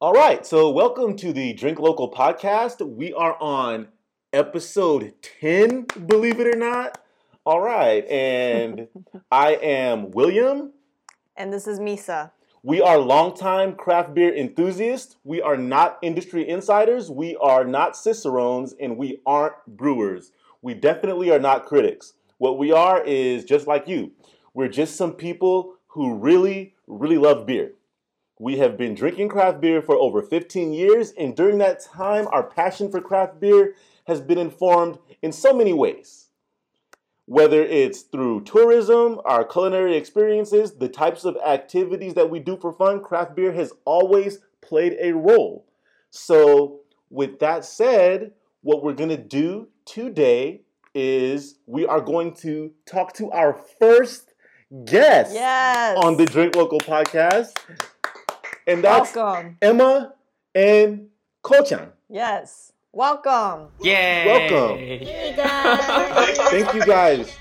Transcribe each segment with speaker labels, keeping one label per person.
Speaker 1: All right, so welcome to the Drink Local podcast. We are on episode 10, believe it or not. All right, and I am William.
Speaker 2: And this is Misa.
Speaker 1: We are longtime craft beer enthusiasts. We are not industry insiders. We are not Cicerones, and we aren't brewers. We definitely are not critics. What we are is just like you. We're just some people who really, really love beer. We have been drinking craft beer for over 15 years, and during that time, our passion for craft beer has been informed in so many ways. Whether it's through tourism, our culinary experiences, the types of activities that we do for fun, craft beer has always played a role. So, with that said, what we're going to do today is we are going to talk to our first guest
Speaker 2: Yes.
Speaker 1: on the Drink Local podcast. And that's
Speaker 2: welcome.
Speaker 1: Emma and Kochan.
Speaker 2: Yes. Welcome.
Speaker 3: Yay!
Speaker 1: Welcome. Thank you guys.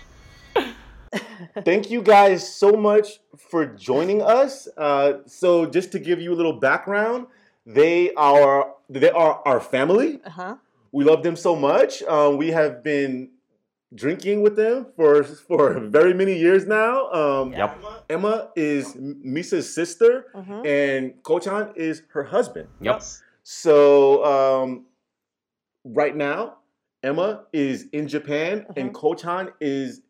Speaker 1: Thank you guys so much for joining us. Uh, so, just to give you a little background, they are they are our family.
Speaker 2: Uh huh.
Speaker 1: We love them so much. Um, we have been drinking with them for for very many years now. Um,
Speaker 3: Yep.
Speaker 1: Emma is Misa's sister,
Speaker 2: hmm
Speaker 1: and Kochan is her husband.
Speaker 3: Yep.
Speaker 1: So um, right now, Emma is in Japan and Kochan is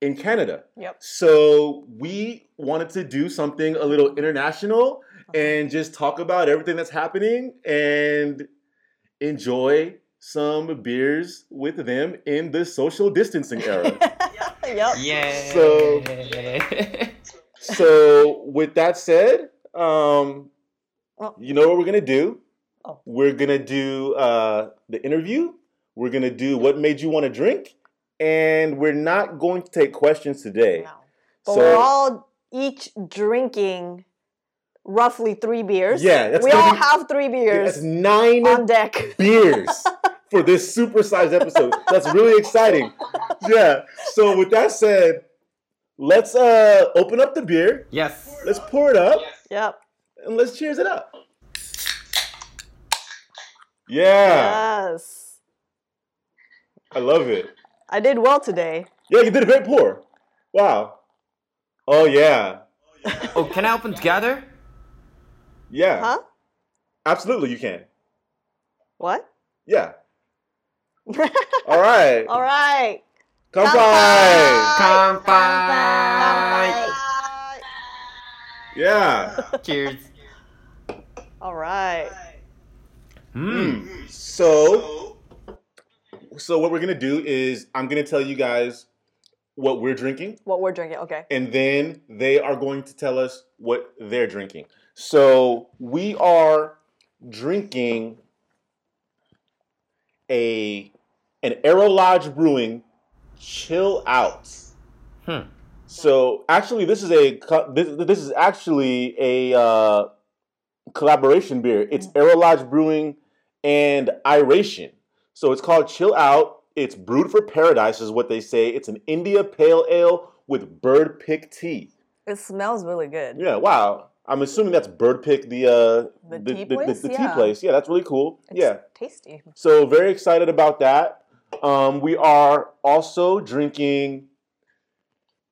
Speaker 1: in Canada.
Speaker 2: Yep.
Speaker 1: So we wanted to do something a little international and just talk about everything that's happening and enjoy some beers with them in the social distancing era.
Speaker 2: yep.
Speaker 3: Yay!
Speaker 1: So- so with that said, um,
Speaker 2: Oh.
Speaker 1: you know what we're gonna do?
Speaker 2: Oh.
Speaker 1: We're gonna do uh, the interview. We're gonna do what made you want to drink, and we're not going to take questions today.
Speaker 2: No. But
Speaker 1: So-
Speaker 2: we're all each drinking roughly three beers.
Speaker 1: Yeah, that's
Speaker 2: we
Speaker 1: gonna
Speaker 2: all
Speaker 1: be-
Speaker 2: have three
Speaker 1: That's
Speaker 2: beers
Speaker 1: nine
Speaker 2: on deck.
Speaker 1: beers for this supersized episode. That's really exciting. Yeah. So with that said, let's uh, open up the beer.
Speaker 3: yes.
Speaker 1: Let's pour it up
Speaker 2: Yep.
Speaker 1: and let's cheers it up. Yeah,
Speaker 2: Yes.
Speaker 1: I love it.
Speaker 2: I did well today.
Speaker 1: Yeah, you did a great pour. Wow. Oh yeah.
Speaker 3: Oh, can I open together?
Speaker 1: Yeah.
Speaker 2: Huh?
Speaker 1: Absolutely you can.
Speaker 2: What?
Speaker 1: Yeah. All right.
Speaker 2: All right.
Speaker 1: Oh, Come
Speaker 2: Kanpai!
Speaker 1: by.
Speaker 3: Kanpai!
Speaker 1: Yeah.
Speaker 3: Cheers.
Speaker 2: All right.
Speaker 1: Hmm.
Speaker 3: Mm.
Speaker 1: So so what we're going to do is I'm going to tell you guys what we're drinking
Speaker 2: What we're drinking. Okay.
Speaker 1: and then they are going to tell us what they're drinking. So we are drinking a an Aero Lodge Brewing Chill Out.
Speaker 3: Hmm.
Speaker 1: So actually, this is a co- this, this is actually a uh, collaboration beer. It's Aero Lodge Brewing and Iration. So it's called Chill Out. It's brewed for paradise, is what they say. It's an India Pale Ale with bird pick tea.
Speaker 2: It smells really good.
Speaker 1: Yeah, wow. I'm assuming that's bird pick the uh,
Speaker 2: The tea place?
Speaker 1: the tea
Speaker 2: Yeah.
Speaker 1: place. Yeah, that's really cool.
Speaker 2: It's
Speaker 1: yeah.
Speaker 2: Tasty.
Speaker 1: So very excited about that. Um, we are also drinking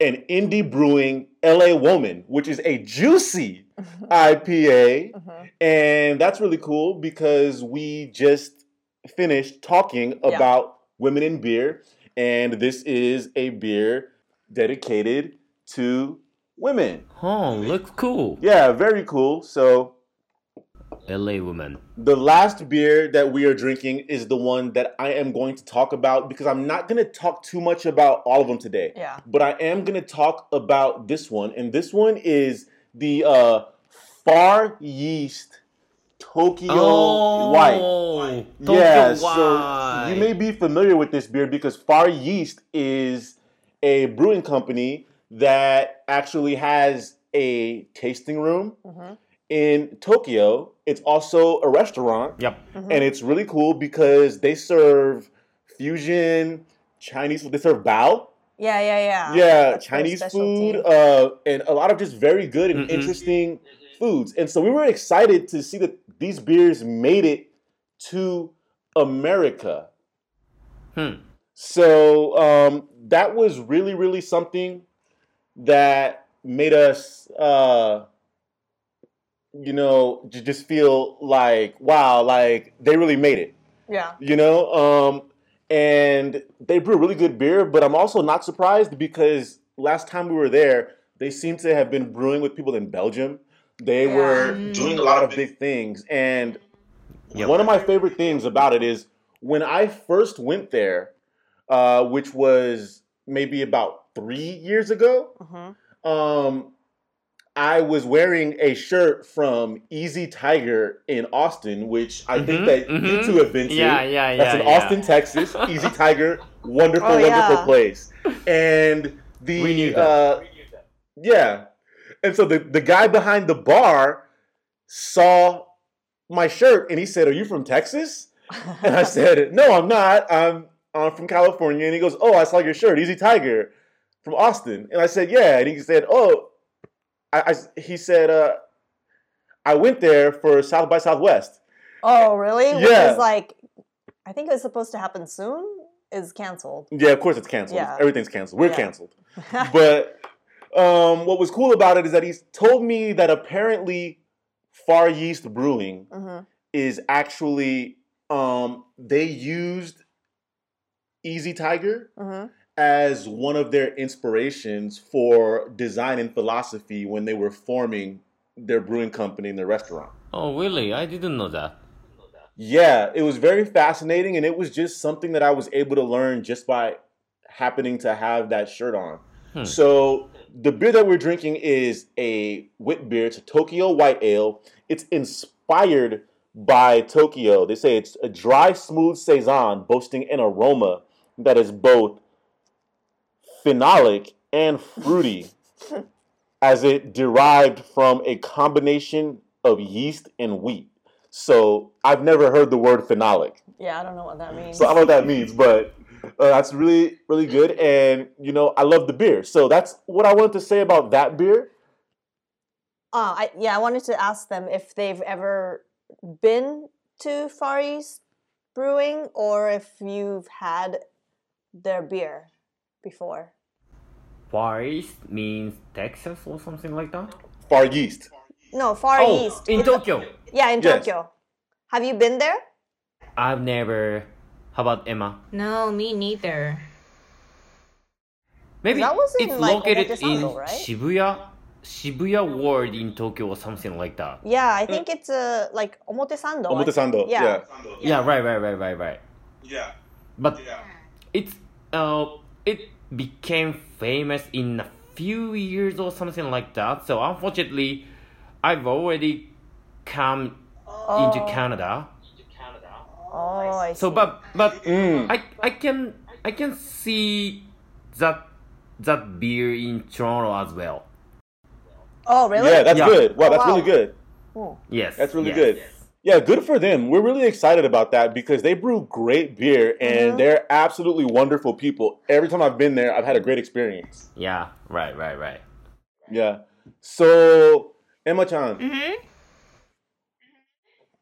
Speaker 1: an indie brewing LA Woman, which is a juicy IPA,
Speaker 2: Mhm.
Speaker 1: and that's really cool because we just finished talking
Speaker 2: Yeah.
Speaker 1: about women in beer, and this is a beer dedicated to women.
Speaker 3: Oh, looks cool.
Speaker 1: Yeah, very cool. So
Speaker 3: LA woman.
Speaker 1: The last beer that we are drinking is the one that I am going to talk about because I'm not going to talk too much about all of them today,
Speaker 2: Yeah.
Speaker 1: but I am going to talk about this one. And this one is the uh, Far Yeast Tokyo White.
Speaker 3: oh, Tokyo
Speaker 1: yeah,
Speaker 3: White.
Speaker 1: so you may be familiar with this beer because Far Yeast is a brewing company that actually has a tasting room
Speaker 2: Mhm.
Speaker 1: in Tokyo. It's also a restaurant
Speaker 3: Yep.
Speaker 1: and it's really cool because they serve fusion Chinese. They serve bao,
Speaker 2: Yeah, yeah, yeah.
Speaker 1: yeah,
Speaker 2: That's their
Speaker 1: Chinese uh,
Speaker 2: specialty.
Speaker 1: food, uh, and a lot of just very good and
Speaker 3: Mhm.
Speaker 1: interesting foods. And so we were excited to see that these beers made it to America.
Speaker 3: Hmm.
Speaker 1: So um, that was really, really something that made us, uh, you know, j- just feel like, wow, like they really made it
Speaker 2: Yeah.
Speaker 1: you know um and they brew really good beer but i'm also not surprised because last time we were there they seem to have been brewing with people in belgium they
Speaker 2: Yeah.
Speaker 1: were doing a lot of big things and
Speaker 3: Yep.
Speaker 1: one of my favorite things about it is when i first went there uh, which was maybe about three years ago
Speaker 2: hmm
Speaker 1: um, I was wearing a shirt from Easy Tiger in Austin, which I think
Speaker 3: Mhm,
Speaker 1: that you
Speaker 3: mhm.
Speaker 1: two have been to.
Speaker 3: Yeah, yeah, yeah.
Speaker 1: That's in
Speaker 3: yeah.
Speaker 1: Austin, Texas. Easy Tiger, wonderful,
Speaker 2: Oh, yeah.
Speaker 1: wonderful place. And the
Speaker 3: We knew that.
Speaker 1: Uh, yeah, and so the the guy behind the bar saw my shirt and he said, "Are you from Texas?" And I
Speaker 2: Mm-hmm.
Speaker 1: said, "No, I'm not. I'm I'm from California." And he goes, "Oh, I saw your shirt, Easy Tiger, from Austin." And I said, "Yeah." And he said, "Oh, I, I- he said uh, I went there for South by Southwest."
Speaker 2: oh, really?
Speaker 1: Yeah.
Speaker 2: Which is like, I think it was supposed to happen soon. Is canceled.
Speaker 1: Yeah, of course it's canceled.
Speaker 2: Yeah.
Speaker 1: Everything's canceled. We're
Speaker 2: Yeah.
Speaker 1: canceled. but um, what was cool about it is that he told me that apparently Far Yeast Brewing
Speaker 2: hmm
Speaker 1: is actually um, they used Easy Tiger
Speaker 2: hmm
Speaker 1: as one of their inspirations for design and philosophy when they were forming their brewing company and their restaurant.
Speaker 3: Oh, really? I didn't know that.
Speaker 1: Yeah, it was very fascinating, and it was just something that I was able to learn just by happening to have that shirt on.
Speaker 3: Hmm.
Speaker 1: So the beer that we're drinking is a wit beer. It's a Tokyo White Ale. It's inspired by Tokyo. They say it's a dry, smooth saison boasting an aroma that is both phenolic and fruity, as it derived from a combination of yeast and wheat. So I've never heard the word phenolic.
Speaker 2: Yeah, I don't know what that means.
Speaker 1: So I don't know what that means, but uh, that's really, really good. And, you know, I love the beer. So that's what I wanted to say about that beer.
Speaker 2: Uh, I, yeah, I wanted to ask them if they've ever been to Far East Brewing or if you've had their beer before.
Speaker 3: Far East means Texas or something like that?
Speaker 1: Far Yeast.
Speaker 2: No, Far
Speaker 3: oh,
Speaker 2: East.
Speaker 3: in Tokyo.
Speaker 2: yeah, in
Speaker 1: Yes.
Speaker 2: Tokyo. Have you been there?
Speaker 3: I've never. How about Emma?
Speaker 4: No, me neither.
Speaker 3: Maybe
Speaker 2: That was in,
Speaker 3: it's
Speaker 2: like,
Speaker 3: located in
Speaker 2: Omotesando, right?
Speaker 3: Shibuya, Shibuya Ward in Tokyo or something like that.
Speaker 2: Yeah, I think it's uh, like Omotesando. I-
Speaker 1: Omotesando. Yeah. yeah.
Speaker 3: Yeah, right, right, right, right, right. But it's uh, it became famous in a few years or something like that. So unfortunately, I've already come into Canada.
Speaker 2: Oh, I see.
Speaker 3: So, but but
Speaker 1: Mm.
Speaker 3: I I can I can see that that beer in Toronto as well.
Speaker 2: oh, really?
Speaker 1: that's
Speaker 3: Yeah.
Speaker 1: good. Wow,
Speaker 2: Oh,
Speaker 1: that's
Speaker 2: wow.
Speaker 1: really good.
Speaker 2: Oh.
Speaker 3: Yes,
Speaker 1: That's really
Speaker 3: yes.
Speaker 1: good. Yeah, good for them. We're really excited about that because they brew great beer and
Speaker 2: Mhm.
Speaker 1: they're absolutely wonderful people. Every time I've been there, I've had a great experience.
Speaker 3: Yeah, right, right, right.
Speaker 1: Yeah. So, Emma chan,
Speaker 4: Mm-hmm.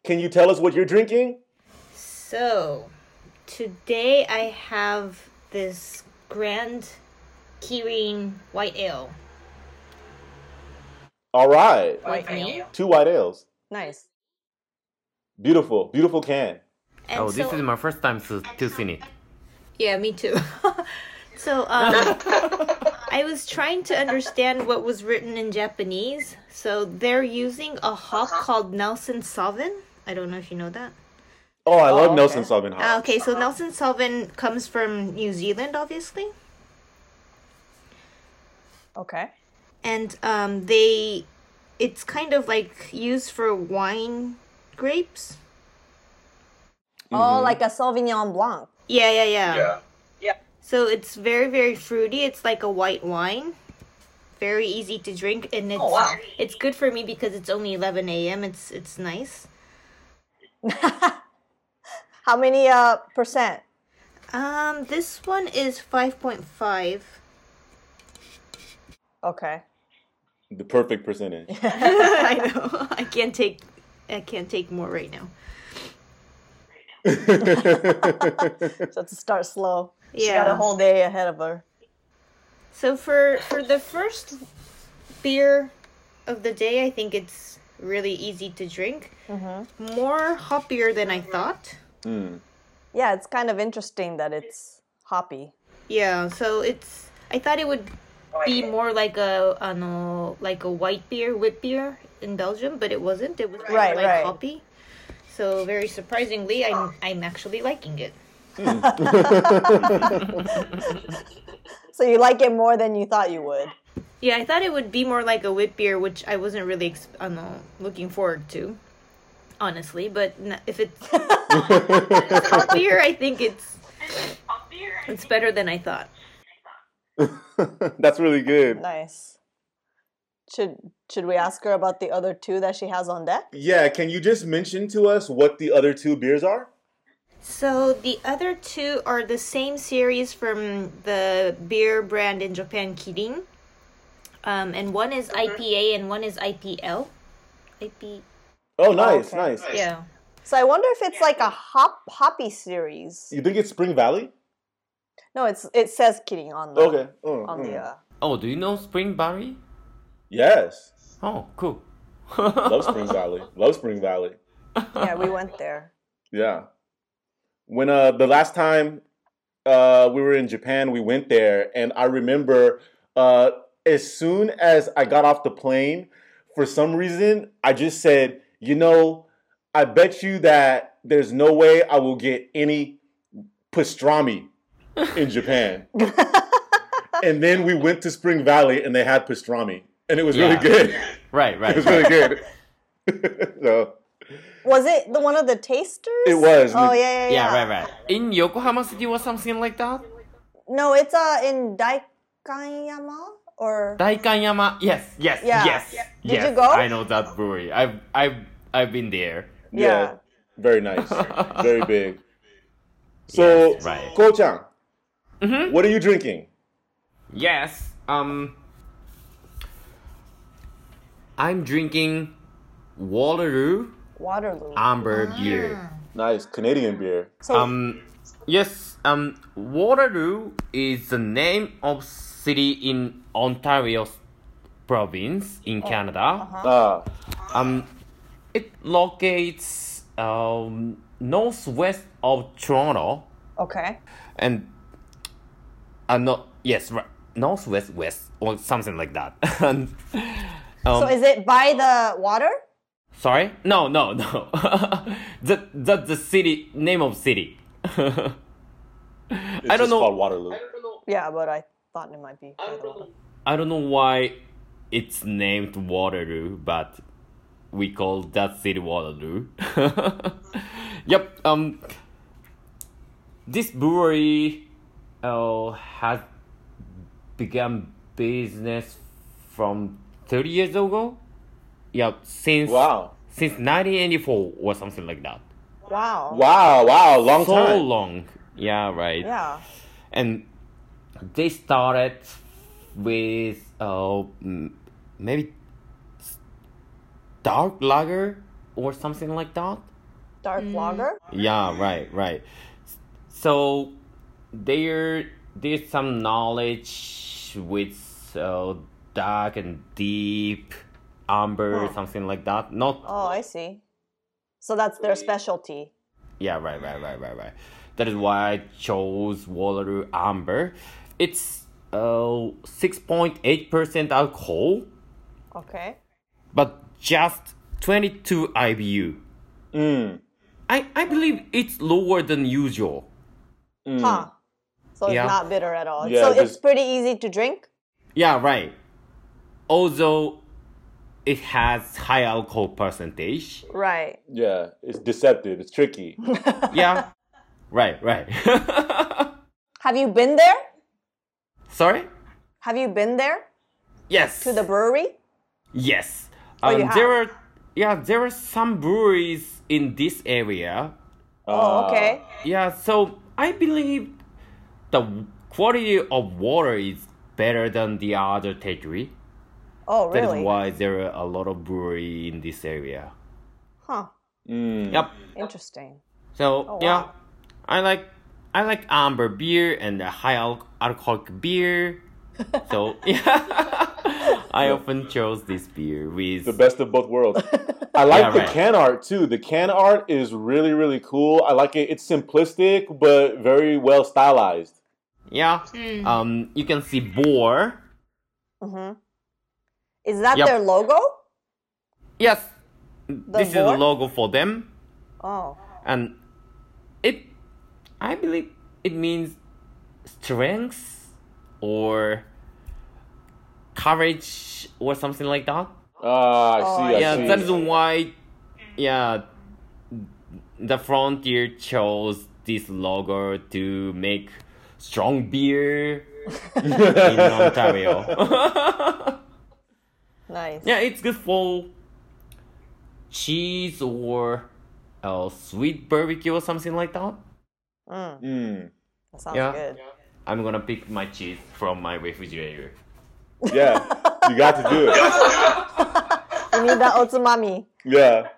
Speaker 1: can you tell us what you're drinking?
Speaker 4: So, today I have this Grand Kirin White Ale
Speaker 1: All right.
Speaker 4: with
Speaker 2: White
Speaker 4: me.
Speaker 1: Two white ales.
Speaker 2: Nice.
Speaker 1: Beautiful, beautiful can.
Speaker 4: And
Speaker 3: oh,
Speaker 4: so,
Speaker 3: this is my first time to, to see it.
Speaker 4: Yeah, me too. so, um, I was trying to understand what was written in Japanese. So, they're using a hop called Nelson Sauvin. I don't know if you know that.
Speaker 1: Oh, I love
Speaker 2: okay.
Speaker 1: Nelson Sauvin
Speaker 4: Ah,
Speaker 1: Hop.
Speaker 4: okay, so Nelson Sauvin comes from New Zealand, obviously.
Speaker 2: Okay.
Speaker 4: and um, they it's kind of like used for wine grapes
Speaker 2: Oh,
Speaker 1: Mm-hmm.
Speaker 2: like a Sauvignon Blanc.
Speaker 4: yeah yeah yeah yeah so it's very very fruity it's like a white wine very easy to drink and it's it's good for me because it's only 11 a.m it's it's nice
Speaker 2: How many uh, percent?
Speaker 4: um this one is 5.5
Speaker 2: Okay.
Speaker 1: the perfect percentage.
Speaker 4: I know. I can't take. I can't take more right now.
Speaker 2: so to start slow. She got
Speaker 4: Yeah.
Speaker 2: a whole day ahead of her.
Speaker 4: So for for the first beer of the day, I think it's really easy to drink.
Speaker 2: Mm-hmm.
Speaker 4: More hoppier than I thought.
Speaker 1: Hmm.
Speaker 2: Yeah, it's kind of interesting that it's hoppy.
Speaker 4: Yeah. So it's. I thought it would be more like a, I know, like a white beer, wheat beer in Belgium, but it wasn't. It was more
Speaker 2: Right,
Speaker 4: like
Speaker 2: right.
Speaker 4: hoppy. So very surprisingly, I'm I'm actually liking it.
Speaker 2: So you like it more than you thought you would.
Speaker 4: Yeah, I thought it would be more like a whip beer, which I wasn't really ex- I don't know, looking forward to, honestly. But n- if it's hot beer, I think it's it's better than I thought.
Speaker 1: That's really good.
Speaker 2: Nice. Should should we ask her about the other two that she has on deck?
Speaker 1: Yeah, can you just mention to us what the other two beers are?
Speaker 4: So the other two are the same series from the beer brand in Japan, Kirin, um, and one is IPA and one is IPL. IP,
Speaker 1: Oh, nice,
Speaker 2: okay.
Speaker 1: nice.
Speaker 4: yeah.
Speaker 2: So I wonder if it's like a hop hoppy series.
Speaker 1: You think it's Spring Valley?
Speaker 2: No, it's it says kidding on the
Speaker 1: Okay. Mm,
Speaker 2: on the
Speaker 1: mm.
Speaker 2: uh,
Speaker 3: Oh, do you know Spring Valley?
Speaker 1: Yes.
Speaker 3: Oh, cool.
Speaker 1: Love Spring Valley. Love Spring Valley.
Speaker 2: yeah we went there.
Speaker 1: Yeah. When uh the last time uh we were in Japan, we went there and I remember uh as soon as I got off the plane, for some reason, I just said, "You know, I bet you that there's no way I will get any pastrami in Japan." and then we went to Spring Valley and they had pastrami, and it was
Speaker 3: Yeah.
Speaker 1: really good.
Speaker 3: Right,
Speaker 1: It was
Speaker 3: right.
Speaker 1: really good. so
Speaker 2: Was it the one of the tasters?
Speaker 1: It was.
Speaker 2: Oh yeah yeah yeah.
Speaker 3: Yeah, right, right. In Yokohama City or something like that?
Speaker 2: No, it's uh in Daikanyama or
Speaker 3: Daikanyama. Yes, yes,
Speaker 2: Yeah.
Speaker 3: yes.
Speaker 2: Yeah. Did
Speaker 3: yes.
Speaker 2: you go?
Speaker 3: I know that brewery. I've, I've, I've been there.
Speaker 1: yeah.
Speaker 2: Yeah.
Speaker 1: Very nice. Very big. So,
Speaker 3: Yes, right.
Speaker 1: Ko-chan,
Speaker 3: Mm-hmm.
Speaker 1: what are you drinking?
Speaker 3: Yes. Um. I'm drinking Waterloo
Speaker 2: Waterloo.
Speaker 3: Amber
Speaker 2: Ah.
Speaker 3: beer.
Speaker 1: Nice Canadian beer.
Speaker 2: so
Speaker 3: Um. Yes. Um. Waterloo is the name of city in Ontario province
Speaker 2: Oh,
Speaker 3: in Canada.
Speaker 2: uh-huh.
Speaker 1: Ah,
Speaker 3: Um, it locates um, northwest of Toronto
Speaker 2: okay.
Speaker 3: and uh, no, yes, right, northwest west or something like that. and, um,
Speaker 2: So is it by the water?
Speaker 3: sorry, no, no, no. the the the city name of city.
Speaker 1: it's
Speaker 3: I don't
Speaker 1: just
Speaker 3: know.
Speaker 1: called Waterloo.
Speaker 2: Yeah, but I thought it might be. by the water.
Speaker 3: I don't know why it's named Waterloo, but we call that city Waterloo. yep. Um. This brewery, uh, has began business from thirty years ago. Yep. Since
Speaker 1: Wow,
Speaker 3: Since nineteen eighty four or something like that.
Speaker 2: Wow.
Speaker 1: wow, wow! Long
Speaker 3: so
Speaker 1: time.
Speaker 3: long. Yeah. Right
Speaker 2: Yeah.
Speaker 3: and they started with uh, m- maybe s- dark lager or something like that
Speaker 2: Dark lager.
Speaker 3: yeah right right S- so there there's some knowledge with uh, dark and deep amber something like that not
Speaker 2: Oh, I see. So that's their specialty.
Speaker 3: Yeah, right, right, right, right, right. That is why I chose Waterloo Amber. It's uh six point eight percent alcohol,
Speaker 2: Okay.
Speaker 3: but just twenty two IBU.
Speaker 1: Mm.
Speaker 3: I I believe it's lower than usual.
Speaker 2: Huh. So it's
Speaker 3: Yeah.
Speaker 2: not bitter at all.
Speaker 1: Yeah,
Speaker 2: so it's
Speaker 1: just-
Speaker 2: pretty easy to drink.
Speaker 3: Yeah, right. Although it has high alcohol percentage.
Speaker 2: Right.
Speaker 1: Yeah, it's deceptive. It's tricky.
Speaker 3: Yeah, right, right.
Speaker 2: Have you been there?
Speaker 3: Sorry.
Speaker 2: Have you been there
Speaker 3: Yes.
Speaker 2: to the brewery?
Speaker 3: Yes.
Speaker 2: you
Speaker 3: Um, there
Speaker 2: have?
Speaker 3: are yeah, there are some breweries in this area.
Speaker 2: Oh,
Speaker 1: Ah,
Speaker 2: okay.
Speaker 3: Yeah, so I believe the quality of water is better than the other territory.
Speaker 2: Oh,
Speaker 3: That
Speaker 2: really?
Speaker 3: is why there are a lot of brewery in this area.
Speaker 2: Huh.
Speaker 1: Mm.
Speaker 3: Yep.
Speaker 2: Interesting.
Speaker 3: So
Speaker 2: Hmm. Oh,
Speaker 3: yeah,
Speaker 2: wow.
Speaker 3: I like I like amber beer and the high al- alcoholic beer. So yeah, I often chose this beer with
Speaker 1: The best of both worlds. I like
Speaker 3: Yeah,
Speaker 1: the
Speaker 3: right.
Speaker 1: can art too. The can art is really, really cool. I like it. It's simplistic, but very well stylized.
Speaker 3: yeah.
Speaker 2: Hmm.
Speaker 3: Um, you can see boar.
Speaker 2: Mm-hmm. Is that
Speaker 3: Yep.
Speaker 2: their logo?
Speaker 3: Yes, this is the
Speaker 2: boar?
Speaker 3: logo for them,
Speaker 2: Oh.
Speaker 3: and it I believe it means strength or courage or something like that.
Speaker 1: Ah, I see. I
Speaker 3: Oh, yeah,
Speaker 1: see.
Speaker 3: that is why. Yeah, the frontier chose this logo to make strong beer in Ontario.
Speaker 2: Nice.
Speaker 3: yeah, it's good for cheese or uh, sweet barbecue or something like that.
Speaker 2: Mm,
Speaker 1: Mm.
Speaker 2: that sounds
Speaker 3: Yeah.
Speaker 2: good.
Speaker 3: I'm gonna pick my cheese from my refrigerator.
Speaker 1: Yeah, you got to do it.
Speaker 2: You need that otsumami.
Speaker 1: Yeah,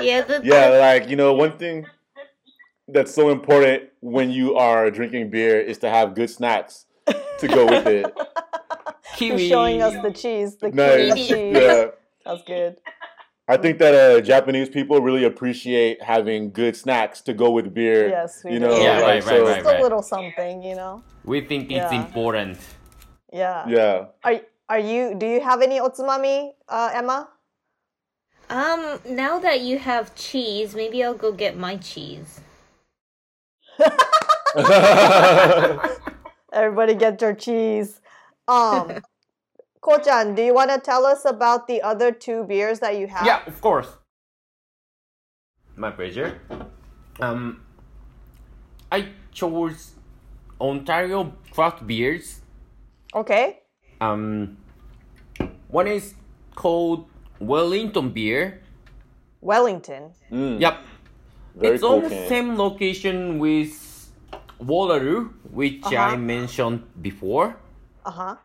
Speaker 4: Yeah, the,
Speaker 1: yeah. Like you know, one thing that's so important when you are drinking beer is to have good snacks to go with it.
Speaker 2: You're
Speaker 3: Kiwi.
Speaker 2: showing us the cheese, the
Speaker 1: Nice.
Speaker 2: kiwi cheese.
Speaker 1: Yeah.
Speaker 2: That's good.
Speaker 1: I think that uh, Japanese people really appreciate having good snacks to go with beer.
Speaker 2: Yes, we
Speaker 1: you
Speaker 2: do.
Speaker 1: know,
Speaker 3: Yeah,
Speaker 1: like,
Speaker 3: right, right,
Speaker 1: so,
Speaker 3: right.
Speaker 2: Just a little something, you know.
Speaker 3: we think it's
Speaker 2: Yeah.
Speaker 3: important.
Speaker 2: Yeah.
Speaker 1: Yeah,
Speaker 2: Are are you? Do you have any otsumami, uh, Emma?
Speaker 4: um, now that you have cheese, maybe I'll go get my cheese.
Speaker 2: Everybody get your cheese. Um, Kochan, do you want to tell us about the other two beers that you have?
Speaker 3: Yeah, of course. My pleasure. Um, I chose Ontario craft beers.
Speaker 2: Okay.
Speaker 3: Um, one is called Wellington beer.
Speaker 2: Wellington.
Speaker 3: Yep,
Speaker 1: Hmm. very
Speaker 3: it's
Speaker 1: cool.
Speaker 3: on the
Speaker 1: can.
Speaker 3: same location with Wallaroo, which
Speaker 2: Uh-huh.
Speaker 3: I mentioned before.
Speaker 2: Uh huh.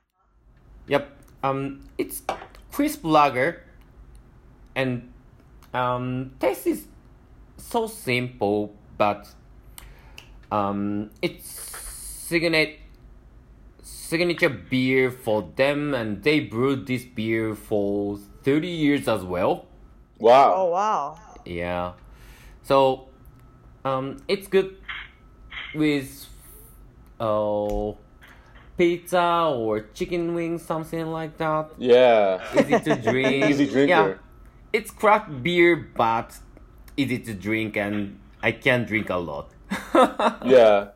Speaker 3: Yep. Um, it's crisp lager, and um, taste is so simple, but um, it's signature signature beer for them, and they brewed this beer for thirty years as well.
Speaker 1: Wow.
Speaker 2: Oh wow.
Speaker 3: Yeah. So, um, it's good with uh, pizza or chicken wings, something like that
Speaker 1: Yeah.
Speaker 3: easy to drink.
Speaker 1: Easy drinker.
Speaker 3: Yeah, it's craft beer, but easy to drink, and I can drink a lot.
Speaker 1: Yeah.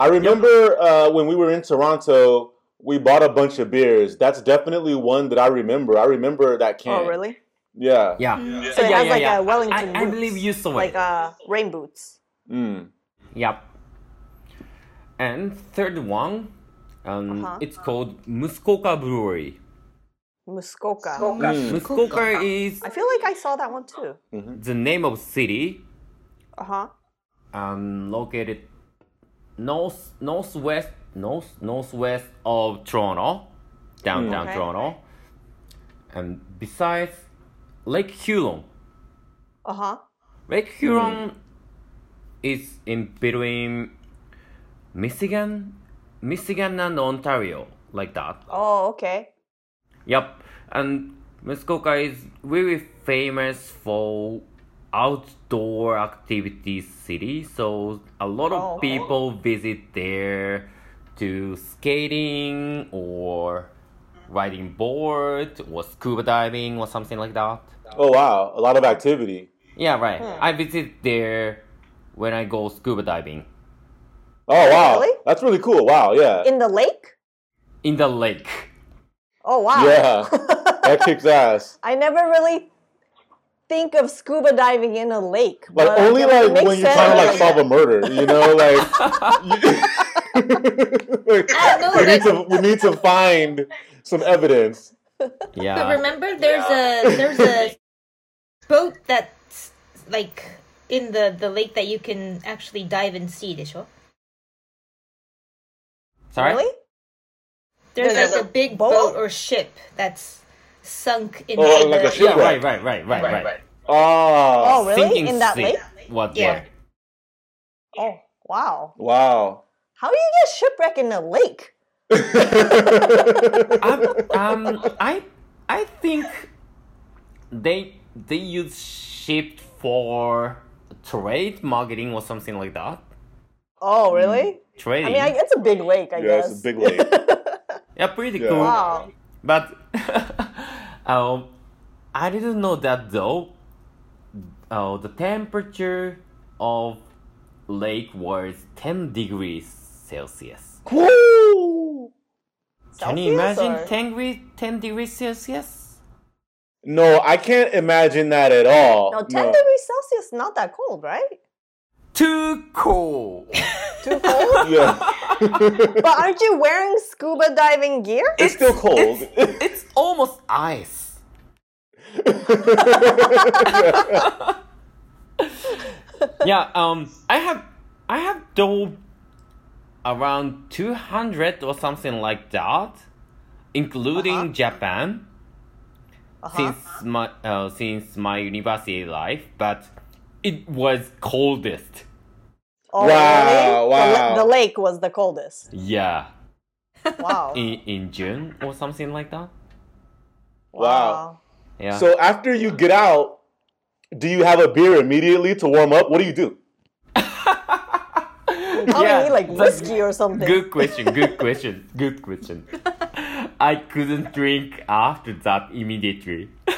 Speaker 1: I remember uh, when we were in Toronto, we bought a bunch of beers. That's definitely one that I remember. I remember that can.
Speaker 2: Oh really?
Speaker 1: Yeah.
Speaker 3: yeah.
Speaker 2: So it
Speaker 3: yeah,
Speaker 2: has
Speaker 3: yeah,
Speaker 2: like
Speaker 3: yeah.
Speaker 2: a Wellington.
Speaker 3: I, I
Speaker 2: boots,
Speaker 3: believe you saw
Speaker 2: Like
Speaker 3: it.
Speaker 2: uh, rain boots.
Speaker 1: Mm.
Speaker 3: Yep. And third one, um,
Speaker 2: Uh-huh.
Speaker 3: it's called Muskoka Brewery.
Speaker 2: Muskoka.
Speaker 1: Mm.
Speaker 3: Muskoka is
Speaker 2: I feel like I saw that one too.
Speaker 3: the name of city,
Speaker 2: Uh huh.
Speaker 3: um, located north northwest north northwest of Toronto, downtown
Speaker 2: Okay.
Speaker 3: Toronto, and besides Lake Huron.
Speaker 2: Uh huh.
Speaker 3: Lake Huron is in between Michigan, Michigan and Ontario, like that.
Speaker 2: Oh okay.
Speaker 3: Yep, and Muskoka is really famous for outdoor activity city. So a lot of
Speaker 2: Oh, okay.
Speaker 3: people visit there to skating or riding board or scuba diving or something like that.
Speaker 1: Oh wow, a lot of activity.
Speaker 3: Yeah, right.
Speaker 2: Hmm.
Speaker 3: I visit there when I go scuba diving
Speaker 1: Oh wow,
Speaker 2: Really?
Speaker 1: that's really cool. Wow, yeah,
Speaker 2: In the lake.
Speaker 3: in the lake.
Speaker 2: Oh wow.
Speaker 1: yeah, that kicks ass.
Speaker 2: I never really think of scuba diving in a lake.
Speaker 1: Like
Speaker 2: but I
Speaker 1: only
Speaker 2: guess it
Speaker 1: like
Speaker 2: makes
Speaker 1: when you're trying to like
Speaker 2: sense.
Speaker 1: solve a murder, you know, like. Like,
Speaker 4: know
Speaker 1: we need
Speaker 4: that-
Speaker 1: to we need to find some evidence. uh,
Speaker 4: But
Speaker 3: Yeah.
Speaker 4: remember, there's a there's a boat that's like in the the lake that you can actually dive and see, でしょ?
Speaker 3: Sorry.
Speaker 2: Really?
Speaker 4: There's,
Speaker 2: There's
Speaker 4: like
Speaker 2: a
Speaker 4: a big
Speaker 2: boat?
Speaker 4: boat or ship that's sunk in
Speaker 1: Oh,
Speaker 4: the
Speaker 1: like a
Speaker 4: the-
Speaker 1: ship.
Speaker 3: Yeah, right, right, right, right, right.
Speaker 1: Oh,
Speaker 2: Oh, really?
Speaker 3: Sinking
Speaker 2: In that
Speaker 3: sea
Speaker 2: lake?
Speaker 3: Was
Speaker 4: Yeah.
Speaker 3: there.
Speaker 2: Oh, wow.
Speaker 1: wow.
Speaker 2: How do you get shipwrecked in a lake?
Speaker 3: um, um, I I think they they use ship for trade marketing or something like that. Hmm.
Speaker 2: Oh, really? I
Speaker 3: Trading.
Speaker 2: mean, I, it's a big lake, I
Speaker 1: yeah,
Speaker 2: guess.
Speaker 1: it's a big lake.
Speaker 3: yeah, pretty
Speaker 1: Yeah.
Speaker 3: cool.
Speaker 2: Wow.
Speaker 3: But um, I didn't know that though. Oh, the temperature of lake was ten degrees Celsius.
Speaker 1: Woo!
Speaker 3: Can you
Speaker 2: Celsius
Speaker 3: imagine
Speaker 2: or-
Speaker 3: 10 degrees, 10 degrees Celsius?
Speaker 1: No, I can't imagine that at all.
Speaker 2: No, 10 degrees Celsius is not that cold, right?
Speaker 3: Too cold.
Speaker 2: Too cold?
Speaker 1: Yeah.
Speaker 2: but aren't you wearing scuba diving gear?
Speaker 1: It's still cold.
Speaker 3: It's almost ice. yeah, um I have I have dove around 200 or something like that including Japan Uh-huh. since my uh, since my university life, but it was coldest.
Speaker 2: Oh,
Speaker 1: Wow,
Speaker 2: really? The la-
Speaker 1: wow.
Speaker 2: The, lake was the coldest.
Speaker 3: Yeah,
Speaker 2: Wow.
Speaker 3: in in June or something like that.
Speaker 1: Wow.
Speaker 3: Yeah.
Speaker 1: so after you get out, do you have a beer immediately to warm up? What do you do?
Speaker 2: Probably
Speaker 3: Yeah,
Speaker 2: need like
Speaker 3: but-
Speaker 2: whiskey or something.
Speaker 3: Good question, good question, good question. I couldn't drink after that immediately.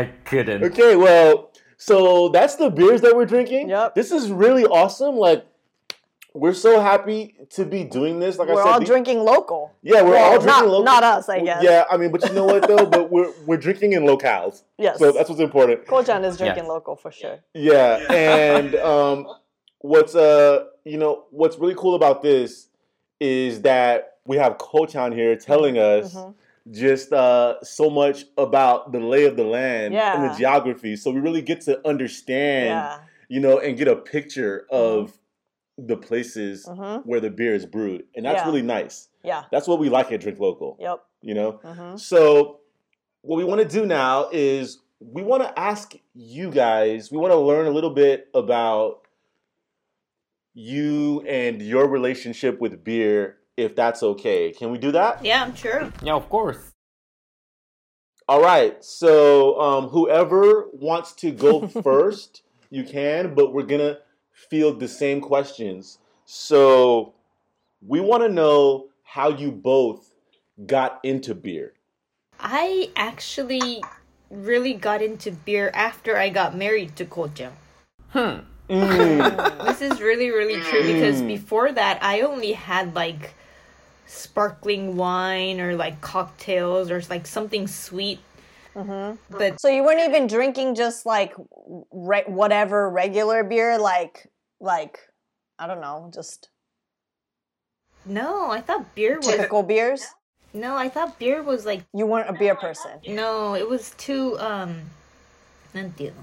Speaker 3: I couldn't.
Speaker 1: Okay, well, so that's the beers that we're drinking.
Speaker 2: Yep.
Speaker 1: This is really awesome. Like, we're so happy to be doing this. Like
Speaker 2: We're
Speaker 1: I said,
Speaker 2: all
Speaker 1: the-
Speaker 2: drinking local.
Speaker 1: Yeah, we're
Speaker 2: Well,
Speaker 1: all drinking
Speaker 2: not-
Speaker 1: local.
Speaker 2: not us, I
Speaker 1: Well,
Speaker 2: guess.
Speaker 1: Yeah, I mean, but you know what though? but we're we're drinking in locales.
Speaker 2: Yes.
Speaker 1: So that's what's important.
Speaker 2: Kojan is drinking
Speaker 3: Yes.
Speaker 2: local for sure.
Speaker 1: Yeah, and um, what's uh, you know, what's really cool about this is that we have Kochan here telling us
Speaker 2: Mhm.
Speaker 1: just uh, so much about the lay of the land and
Speaker 2: Yeah.
Speaker 1: the geography. So we really get to understand,
Speaker 2: Yeah. Mm-hmm.
Speaker 1: you know, and get a picture of the places
Speaker 2: hmm
Speaker 1: where the beer is brewed, and that's
Speaker 2: Yeah.
Speaker 1: really nice.
Speaker 2: Yeah.
Speaker 1: That's what we like at Drink Local.
Speaker 2: Yep.
Speaker 1: You know,
Speaker 2: hmm
Speaker 1: so, what we want to do now is we want to ask you guys, we want to learn a little bit about you and your relationship with beer, if that's okay. Can we do that?
Speaker 4: Yeah, I'm sure.
Speaker 3: Yeah, of course.
Speaker 1: All right. So, um, whoever wants to go first, you can, but we're going to field the same questions. So, we want to know how you both got into beer.
Speaker 4: I actually really got into beer after I got married to Kojang.
Speaker 3: Hmm.
Speaker 4: This is really, really true because
Speaker 1: Mm.
Speaker 4: before that, I only had like sparkling wine or like cocktails or like something sweet. But
Speaker 2: Mm-hmm. So you weren't even drinking just like re- whatever regular beer, like like I don't know, just
Speaker 4: no, I thought beer was
Speaker 2: typical beers.
Speaker 4: no, I thought beer was like
Speaker 2: You weren't a beer person.
Speaker 4: no, it was too um, なんていうの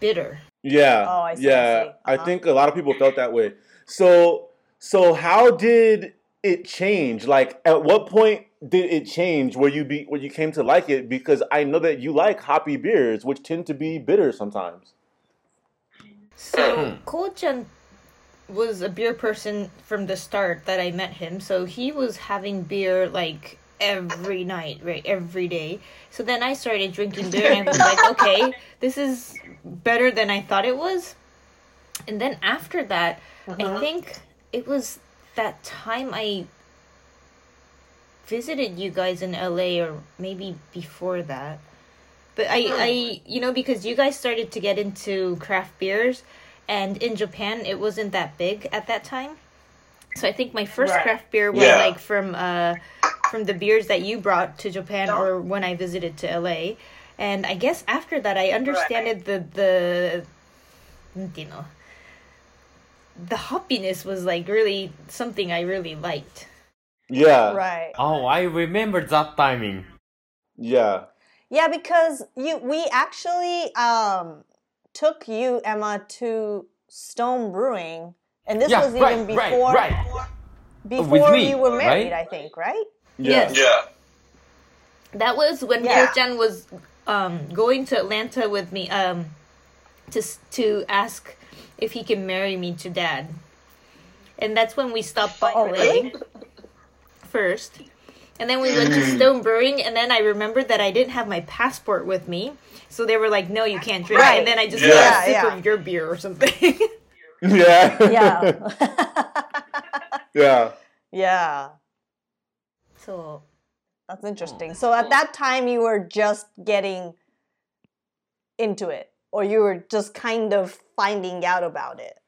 Speaker 4: bitter.
Speaker 1: Yeah.
Speaker 2: Oh, I see, I
Speaker 1: Yeah,
Speaker 2: see.
Speaker 1: I
Speaker 2: Uh-huh.
Speaker 1: think a lot of people felt that way. So, so how did it change? Like, at what point did it change where you be where you came to like it? Because I know that you like hoppy beers, which tend to be bitter sometimes.
Speaker 4: So Kojun was a beer person from the start that I met him. So he was having beer like every night, right? Every day. So then I started drinking beer and I was like, okay, this is better than I thought it was. And then after that, I think it was that time I visited you guys in LA or maybe before that. But I, I you know, because you guys started to get into craft beers and in Japan it wasn't that big at that time. So I think my first craft beer was
Speaker 1: Yeah.
Speaker 4: like from uh from the beers that you brought to Japan or when I visited to LA. And I guess after that I understood the the you know the hoppiness was like really something I really liked.
Speaker 1: Yeah.
Speaker 2: Right.
Speaker 3: Oh, I remember that timing.
Speaker 1: Yeah.
Speaker 2: Yeah, because you we actually um took you Emma to Stone Brewing And this
Speaker 3: Yeah,
Speaker 2: was even
Speaker 3: right, right,
Speaker 2: before
Speaker 3: right.
Speaker 2: before
Speaker 3: me,
Speaker 2: we were married,
Speaker 3: right?
Speaker 2: I think, right?
Speaker 4: Yes.
Speaker 5: Yeah.
Speaker 4: That was when
Speaker 2: Yeah.
Speaker 4: yeah. Jen was um, going to Atlanta with me um, to s- to ask if he can marry me to Dad, and that's when we stopped by
Speaker 2: Oh,
Speaker 4: LA
Speaker 2: really?
Speaker 4: first, and then we went to Stoneburying, and then I remembered that I didn't have my passport with me, so they were like, "No, you can't drink,"
Speaker 2: Right.
Speaker 4: and then I just
Speaker 5: Yeah.
Speaker 4: got a sip
Speaker 2: Yeah, yeah.
Speaker 4: of your beer or something.
Speaker 1: Yeah.
Speaker 2: Yeah.
Speaker 1: yeah.
Speaker 2: yeah.
Speaker 4: so
Speaker 2: That's interesting. So at that time you were just getting into it or you were just kind of finding out about it.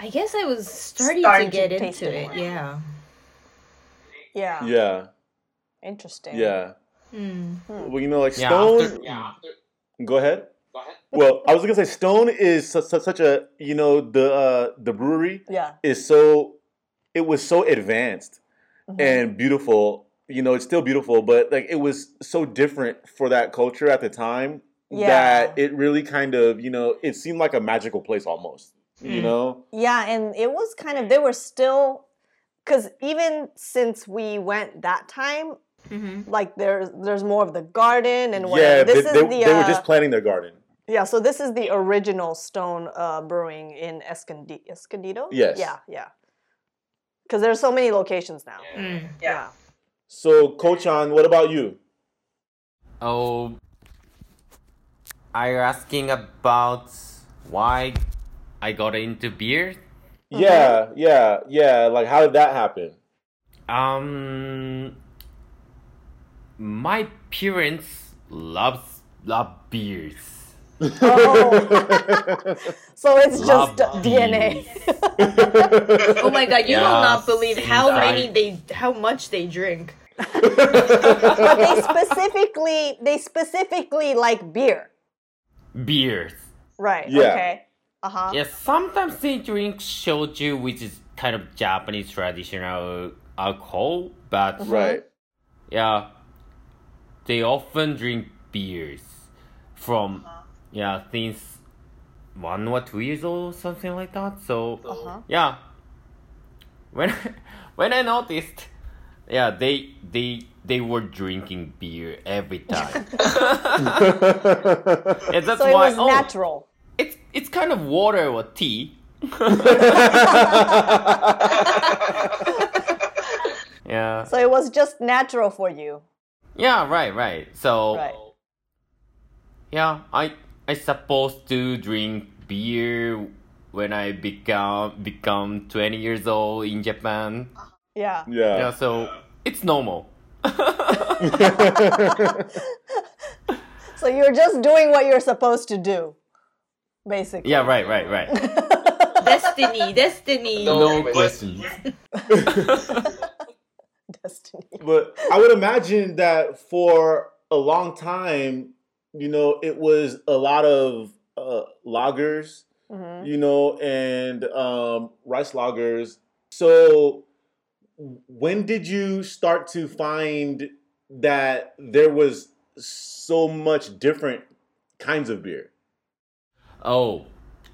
Speaker 4: I guess I was starting,
Speaker 2: Starting
Speaker 4: to get
Speaker 2: to taste
Speaker 4: into
Speaker 2: it
Speaker 4: it.
Speaker 2: more.
Speaker 4: Yeah.
Speaker 2: Yeah.
Speaker 1: Yeah.
Speaker 2: Interesting.
Speaker 1: Yeah.
Speaker 4: Mm.
Speaker 1: Well, you know, like
Speaker 3: Yeah,
Speaker 1: Stone.
Speaker 3: after-
Speaker 1: Go ahead. Well, I was gonna say Stone is su- su- such a you know the uh, the brewery
Speaker 2: Yeah.
Speaker 1: is so it was so advanced
Speaker 2: Mhm.
Speaker 1: and beautiful. You know, it's still beautiful, but like it was so different for that culture at the time that it really kind of you know it seemed like a magical place almost. You
Speaker 4: Mm.
Speaker 2: Hmm.
Speaker 1: know,
Speaker 2: Yeah, and it was kind of they were still because even since we went that time,
Speaker 4: Mm-hmm.
Speaker 2: like there's there's more of the garden and whatever.
Speaker 1: yeah, they,
Speaker 2: this
Speaker 1: they,
Speaker 2: is the
Speaker 1: they were
Speaker 2: uh,
Speaker 1: just planting their garden.
Speaker 2: yeah. So this is the original Stone uh, Brewing in Escondi- Escondido.
Speaker 1: Yes.
Speaker 2: Yeah, yeah. Because there's so many locations now.
Speaker 4: Mm.
Speaker 2: Yeah.
Speaker 1: So, Kochan, what about you?
Speaker 3: Oh, are you asking about why I got into beer?
Speaker 2: Mm-hmm.
Speaker 1: Yeah, yeah, yeah. Like, how did that happen?
Speaker 3: Um, my parents loves love beers.
Speaker 2: Oh, So it's
Speaker 3: Love
Speaker 2: just DNA.
Speaker 3: beers.
Speaker 4: Oh my god, you will
Speaker 3: Yeah,
Speaker 4: not believe how
Speaker 3: same
Speaker 4: many
Speaker 3: time.
Speaker 4: they how much they drink.
Speaker 2: but they specifically they specifically like beer.
Speaker 3: beers.
Speaker 2: Right.
Speaker 1: Yeah.
Speaker 2: Okay. Uh huh.
Speaker 3: Yeah, sometimes they drink shoju, which is kind of Japanese traditional alcohol, but
Speaker 1: right.
Speaker 3: yeah, they often drink beers from
Speaker 2: Uh-huh.
Speaker 3: yeah since one or two years old, something like that. So
Speaker 2: Uh-huh.
Speaker 3: yeah, when when I noticed, yeah, they they they were drinking beer every time. yeah, that's
Speaker 2: So it
Speaker 3: why.
Speaker 2: was
Speaker 3: oh,
Speaker 2: natural.
Speaker 3: it's it's kind of water or tea. yeah.
Speaker 2: So it was just natural for you.
Speaker 3: Yeah, right, right. So
Speaker 2: Right.
Speaker 3: yeah, I I supposed to drink beer when I become become twenty years old in Japan.
Speaker 2: Yeah.
Speaker 3: Yeah,
Speaker 1: yeah.
Speaker 3: so it's normal.
Speaker 2: So you're just doing what you're supposed to do, basically.
Speaker 3: yeah, right, right, right.
Speaker 4: Destiny, destiny.
Speaker 3: No
Speaker 5: but-
Speaker 3: questions.
Speaker 2: Destiny.
Speaker 1: But I would imagine that for a long time, you know, it was a lot of uh, loggers,
Speaker 2: Mhm.
Speaker 1: you know, and um, rice loggers. So when did you start to find that there was so much different kinds of beer?
Speaker 3: Oh,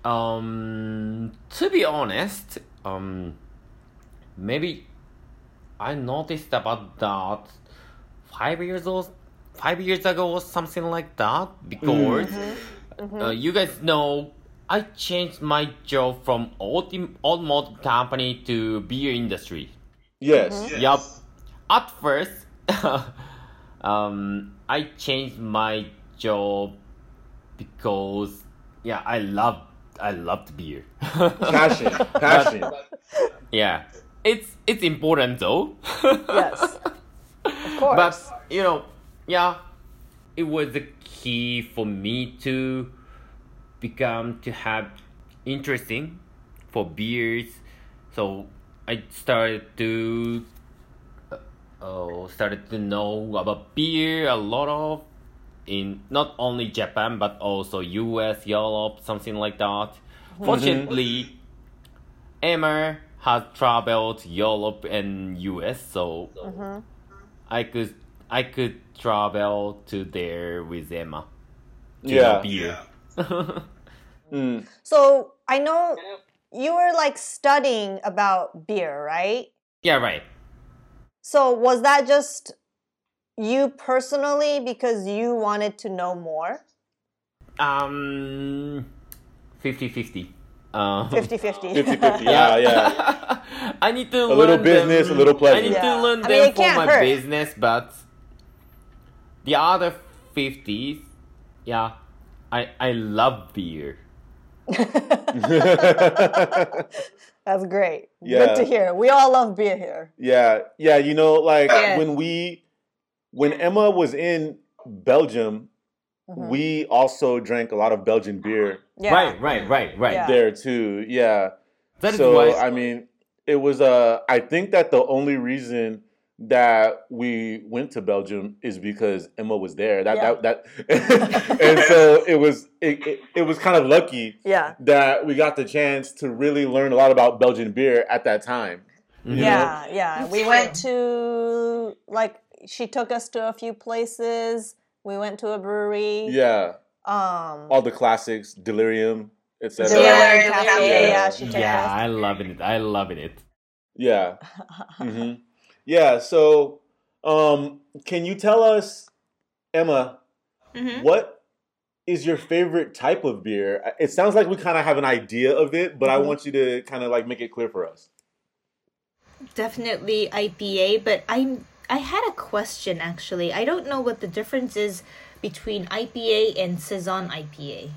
Speaker 3: um, to be honest, um, maybe I noticed about that five years old, five years ago or something like that because Uh, you guys know I changed my job from old old malt company to beer industry.
Speaker 1: Yes.
Speaker 3: Yup. At first, um, I changed my job because yeah, I love I loved beer. Mm-hmm.
Speaker 1: Passion. Passion.
Speaker 3: yeah, it's it's important though.
Speaker 2: Yes. Of course.
Speaker 3: but you know, yeah, it was the key for me to become to have interesting for beers. So I started to uh, oh started to know about beer a lot of in not only Japan but also U.S., Europe, something like that. Fortunately, Emma has traveled Europe and U.S. So. I could I could travel to there with Emma. To
Speaker 1: Yeah.
Speaker 3: Beer.
Speaker 1: Mm.
Speaker 2: so I know you were like studying about beer, right?
Speaker 3: Yeah, right.
Speaker 2: So was that just you personally because you wanted to know more?
Speaker 3: Um 50-50. Um,
Speaker 2: 50-50.
Speaker 1: 50-50, yeah, yeah.
Speaker 3: I need to
Speaker 1: A little
Speaker 3: learn
Speaker 1: business,
Speaker 3: them.
Speaker 1: a little pleasure.
Speaker 3: I need
Speaker 2: Yeah.
Speaker 3: to learn
Speaker 2: I
Speaker 3: them
Speaker 2: mean, it
Speaker 3: for
Speaker 2: can't
Speaker 3: my
Speaker 2: hurt.
Speaker 3: business, but the other fifties, yeah, I I love beer.
Speaker 2: That's great.
Speaker 1: Yeah.
Speaker 2: Good to hear. We all love beer here.
Speaker 1: Yeah, yeah, you know, like
Speaker 2: Yeah.
Speaker 1: when we when Emma was in Belgium,
Speaker 2: Mhm.
Speaker 1: we also drank a lot of Belgian beer
Speaker 2: Yeah.
Speaker 3: Right, right, right, right.
Speaker 2: Yeah.
Speaker 1: there too. Yeah.
Speaker 3: That is
Speaker 1: so
Speaker 3: why
Speaker 1: I mean, it was uh I think that the only reason that we went to Belgium is because Emma was there. That
Speaker 2: Yeah.
Speaker 1: that that and so it was it, it, it was kind of lucky
Speaker 2: Yeah.
Speaker 1: that we got the chance to really learn a lot about Belgian beer at that time.
Speaker 3: Mhm.
Speaker 1: You know?
Speaker 2: Yeah, yeah. We went to like she took us to a few places. We went to a brewery.
Speaker 1: Yeah.
Speaker 2: Um
Speaker 1: All the classics, Delirium, etc.
Speaker 2: Delirium
Speaker 1: Yeah.
Speaker 5: Yeah.
Speaker 2: Cafe.
Speaker 1: Yeah.
Speaker 2: Yeah. she took
Speaker 3: yeah,
Speaker 2: us.
Speaker 3: I loving it. I loving it.
Speaker 1: Yeah. hmm Yeah. So, um, can you tell us, Emma,
Speaker 2: Mm-hmm.
Speaker 4: Mhm.
Speaker 1: what is your favorite type of beer? I- It sounds like we kind of have an idea of it, but I
Speaker 2: Mhm.
Speaker 1: want you to kind of like make it clear for us.
Speaker 4: definitely IPA, but I'm I had a question actually. I don't know what the difference is between IPA and saison IPA.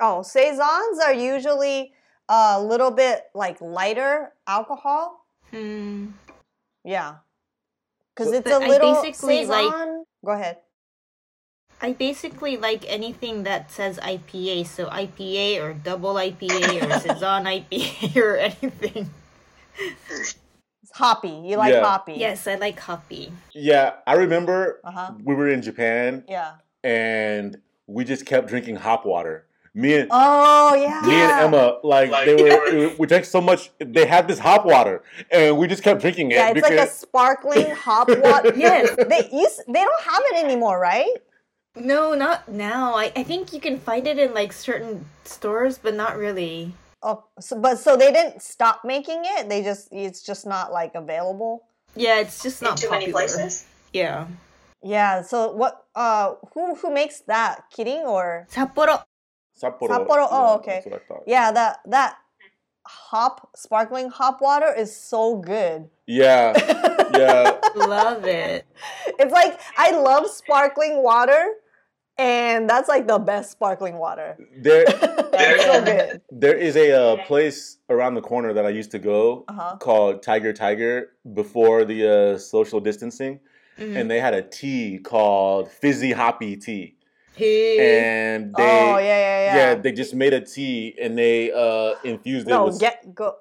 Speaker 2: Oh, saisons are usually a little bit like lighter alcohol.
Speaker 4: Hmm.
Speaker 2: Yeah. Cuz it's
Speaker 4: But
Speaker 2: a
Speaker 4: I
Speaker 2: little
Speaker 4: basically like-
Speaker 2: saison- Go ahead.
Speaker 4: I basically like anything that says IPA, so IPA or double IPA or saison IPA or anything.
Speaker 2: It's hoppy. You like
Speaker 1: Yeah.
Speaker 2: hoppy.
Speaker 4: Yes, I like hoppy.
Speaker 1: Yeah, I remember
Speaker 2: Uh-huh.
Speaker 1: we were in Japan
Speaker 2: Yeah.
Speaker 1: and we just kept drinking hop water. Me and
Speaker 2: Oh, yeah.
Speaker 1: me and Emma, like,
Speaker 5: Like,
Speaker 1: they
Speaker 5: they
Speaker 1: were,
Speaker 5: were-
Speaker 1: we drank so much. They had this hop water, and we just kept drinking it.
Speaker 2: Yeah, it's like a sparkling hop water.
Speaker 4: Yes.
Speaker 2: They you, s- they don't have it anymore, right?
Speaker 4: No, not now. I, I think you can find it in like certain stores, but not really.
Speaker 2: Oh, so, but so they didn't stop making it. They just it's just not like available.
Speaker 4: Yeah, it's just not
Speaker 5: too
Speaker 4: popular.
Speaker 5: many places.
Speaker 4: Yeah.
Speaker 2: Yeah. So what? Uh, who who makes that? Kidding or
Speaker 4: Sapporo.
Speaker 1: Sapporo.
Speaker 2: Sapporo, oh,
Speaker 1: Yeah,
Speaker 2: okay.
Speaker 1: that's what I thought.
Speaker 2: yeah? That that hop sparkling hop water is so good.
Speaker 1: Yeah, yeah,
Speaker 4: Love it.
Speaker 2: It's like I love sparkling water, and that's like the best sparkling water.
Speaker 1: there
Speaker 2: it's so good.
Speaker 1: there is a uh, place around the corner that I used to go
Speaker 2: Uh huh.
Speaker 1: called Tiger Tiger before the uh, social distancing,
Speaker 4: Mhm.
Speaker 2: Mm.
Speaker 1: and they had a tea called Fizzy Hoppy Tea,
Speaker 4: Hey.
Speaker 1: and they
Speaker 2: Oh yeah yeah yeah.
Speaker 1: they just made a tea and they uh, infused it
Speaker 2: no,
Speaker 1: with
Speaker 2: get go.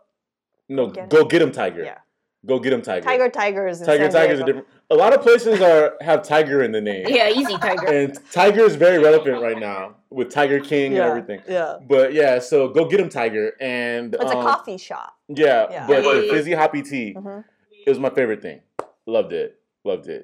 Speaker 1: no
Speaker 2: get
Speaker 1: go get 'em tiger
Speaker 2: Yeah.
Speaker 1: go get 'em tiger
Speaker 2: Tiger Tiger is in
Speaker 1: tiger
Speaker 2: San
Speaker 1: tiger is a
Speaker 2: Diego.
Speaker 1: different a lot of places are have tiger in the name
Speaker 4: Yeah, easy tiger.
Speaker 1: and tiger is very relevant right now with Tiger King
Speaker 2: Yeah,
Speaker 1: and everything.
Speaker 2: Yeah.
Speaker 1: But yeah, so go get him, Tiger. And
Speaker 2: It's a
Speaker 1: um,
Speaker 2: coffee shop.
Speaker 1: Yeah,
Speaker 2: Yeah.
Speaker 1: but the
Speaker 5: Yeah.
Speaker 1: fizzy hoppy tea
Speaker 2: Mhm.
Speaker 1: it was my favorite thing. Loved it. Loved it.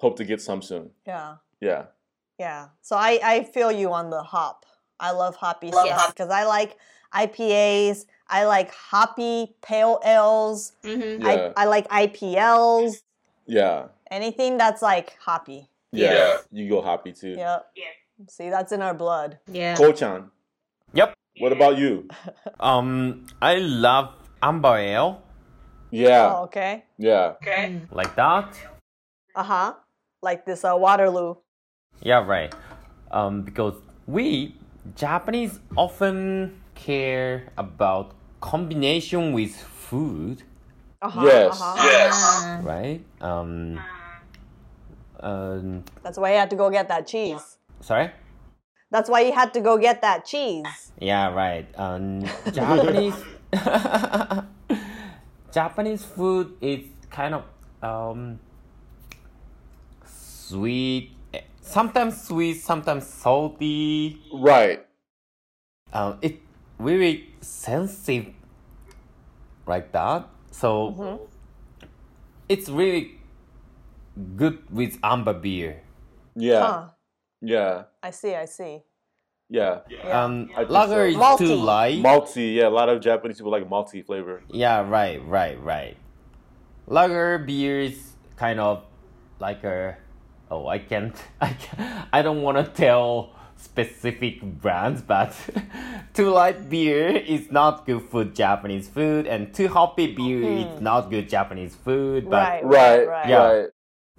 Speaker 1: Hope to get some soon.
Speaker 2: Yeah.
Speaker 1: Yeah.
Speaker 2: Yeah. So I, I feel you on the hop. I love hoppy
Speaker 5: Love
Speaker 2: stuff
Speaker 5: hop.
Speaker 2: because I like IPAs. I like hoppy pale ales.
Speaker 4: Mm-hmm.
Speaker 1: Yeah.
Speaker 2: I, I like IPLs.
Speaker 1: Yeah.
Speaker 2: Anything that's like hoppy.
Speaker 1: Yeah.
Speaker 5: Yeah.
Speaker 1: You go hoppy too.
Speaker 2: Yep.
Speaker 5: Yeah.
Speaker 2: See, that's in our blood.
Speaker 4: Yeah.
Speaker 1: Kochan.
Speaker 3: Yep.
Speaker 1: What about you?
Speaker 3: Um, I love amber ale
Speaker 1: Yeah.
Speaker 2: Oh, okay.
Speaker 1: Yeah.
Speaker 5: Okay.
Speaker 3: like that.
Speaker 2: Uh huh. Like this uh, Waterloo.
Speaker 3: Yeah, right. Um, because we Japanese often care about combination with food,
Speaker 2: Uh huh.
Speaker 1: Yes.
Speaker 2: Uh-huh.
Speaker 5: Yes.
Speaker 3: right? Um, um
Speaker 2: That's why you had to go get that cheese.
Speaker 3: sorry.
Speaker 2: That's why you had to go get that cheese.
Speaker 3: Yeah, right. Um, Japanese Japanese food is kind of um sweet, eh, sometimes sweet, sometimes salty.
Speaker 1: Right.
Speaker 3: um, it very sensitive like that. So it's really good with amber beer.
Speaker 1: Yeah.
Speaker 2: Huh.
Speaker 1: Yeah.
Speaker 2: I see. I see.
Speaker 1: Yeah.
Speaker 2: Yeah.
Speaker 3: Um,
Speaker 1: I think
Speaker 3: lager is
Speaker 1: so.
Speaker 3: too
Speaker 2: Malty.
Speaker 3: light.
Speaker 1: Malty. Yeah, a lot of Japanese people like malty flavor.
Speaker 3: Yeah, right, right, right. Lager beer is kind of like a oh, I can't, I can I don't want to tell specific brands, but too light beer is not good for Japanese food, and too hoppy beer is not good Japanese food. But
Speaker 2: Hmm. Right. Right, right.
Speaker 3: Yeah.
Speaker 1: Right.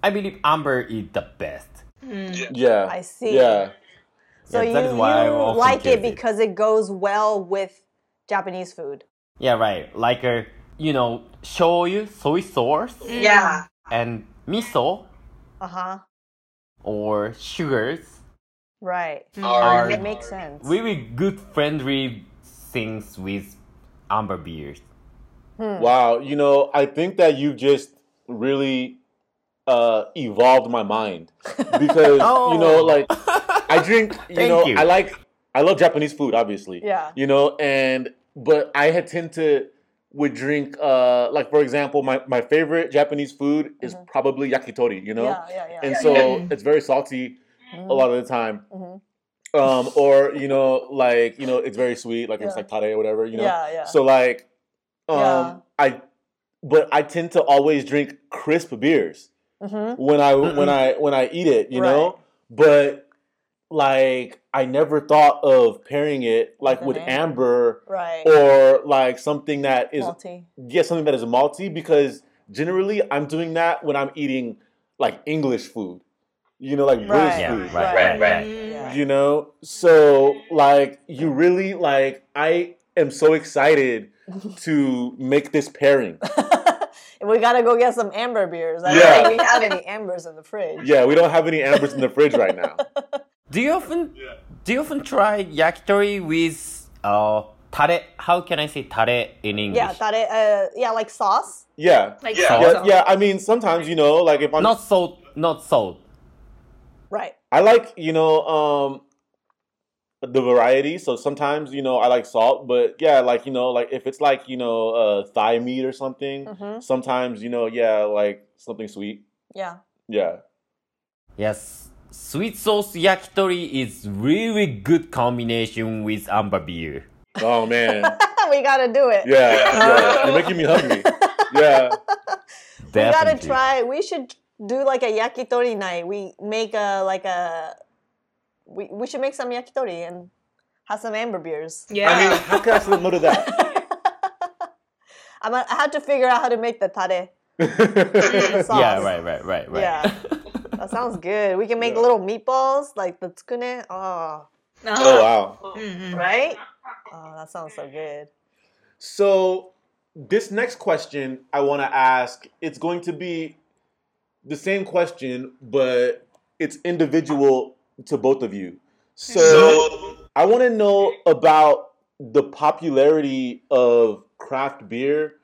Speaker 3: I believe amber is the best.
Speaker 1: Yeah.
Speaker 2: I see.
Speaker 1: Yeah.
Speaker 2: So
Speaker 3: Yeah, that
Speaker 2: you,
Speaker 3: is why I
Speaker 2: you
Speaker 3: often
Speaker 2: like
Speaker 3: get
Speaker 2: it
Speaker 3: it.
Speaker 2: because it goes well with Japanese food.
Speaker 3: Yeah, right. Like a you know shoyu, soy sauce,
Speaker 4: Mm-hmm.
Speaker 5: Yeah.
Speaker 3: and miso
Speaker 2: Uh huh.
Speaker 3: or sugars.
Speaker 2: Right.
Speaker 5: Or
Speaker 2: It makes sense.
Speaker 3: We were good friendly things with amber beers.
Speaker 2: Mm.
Speaker 1: Wow, you know, I think that you just really uh evolved my mind because you
Speaker 2: Oh.
Speaker 1: know like I drink, you
Speaker 3: Thank
Speaker 1: know,
Speaker 3: you.
Speaker 1: I like I love Japanese food obviously.
Speaker 2: Yeah.
Speaker 1: You know, and but I had tend to would drink uh like for example, my my favorite Japanese food is probably yakitori, you know?
Speaker 2: Mm-hmm. Yeah, yeah, yeah. Mm-hmm.
Speaker 1: and so it's very salty a lot of the time. Um, or you know, like you know, it's very sweet, like it's
Speaker 2: Yeah.
Speaker 1: like tare or whatever, you know.
Speaker 2: Yeah, yeah.
Speaker 1: So like, um,
Speaker 2: Yeah.
Speaker 1: I, but I tend to always drink crisp beers
Speaker 2: Mhm.
Speaker 1: when I when I when I eat it, you
Speaker 2: Right.
Speaker 1: know. But like, I never thought of pairing it like with
Speaker 2: With an
Speaker 1: amber
Speaker 2: Right.
Speaker 1: or like something that is
Speaker 2: Malty.
Speaker 1: yeah, something that is malty because generally I'm doing that when I'm eating like English food, you know, like British
Speaker 2: Right.
Speaker 3: Yeah,
Speaker 1: food,
Speaker 3: right, right, right.
Speaker 1: Mm-hmm.
Speaker 2: Yeah.
Speaker 1: you know. So like you really like I am so excited to make this pairing.
Speaker 2: we gotta go get some amber beers. I
Speaker 1: Yeah.
Speaker 2: don't think we have any ambers in the fridge.
Speaker 1: Yeah, we don't have any ambers in the fridge right now.
Speaker 3: Do you often do you often try yakitori with uh tare? How can I say tare in English?
Speaker 2: Yeah, that it, uh, yeah, like sauce.
Speaker 1: Yeah.
Speaker 4: Like
Speaker 3: Yeah.
Speaker 1: Yeah,
Speaker 4: salsa.
Speaker 1: yeah, I mean sometimes, you know, like if I'm
Speaker 3: not salt, not salt.
Speaker 2: Right.
Speaker 1: I like, you know, um the variety. So sometimes, you know, I like salt, but yeah, like, you know, like if it's like, you know, uh thigh meat or something,
Speaker 2: Mhm.
Speaker 1: sometimes, you know, yeah, like something sweet.
Speaker 2: Yeah.
Speaker 1: Yeah.
Speaker 3: Yes, sweet sauce yakitori is really good combination with amber beer.
Speaker 1: Oh man.
Speaker 2: we gotta do it.
Speaker 1: Yeah. yeah. You're making me hungry. Yeah.
Speaker 2: We gotta
Speaker 3: Definitely.
Speaker 2: try. We should do like a yakitori night. We make a like a. We we should make some yakitori and have some amber beers.
Speaker 4: Yeah.
Speaker 1: I mean, how can I say no to that?
Speaker 2: I'm a, I had to figure out how to make the tare. the sauce.
Speaker 3: Yeah, right, right, right, right.
Speaker 2: Yeah. that sounds good. We can make
Speaker 1: Yeah.
Speaker 2: little meatballs like the tsukune. Oh,
Speaker 1: oh
Speaker 4: Uh-huh.
Speaker 1: wow.
Speaker 4: Mm-hmm.
Speaker 2: right? Oh, that sounds so good.
Speaker 1: So this next question I want to ask, it's going to be the same question, but it's individual to both of you. So I want to know about the popularity of craft beer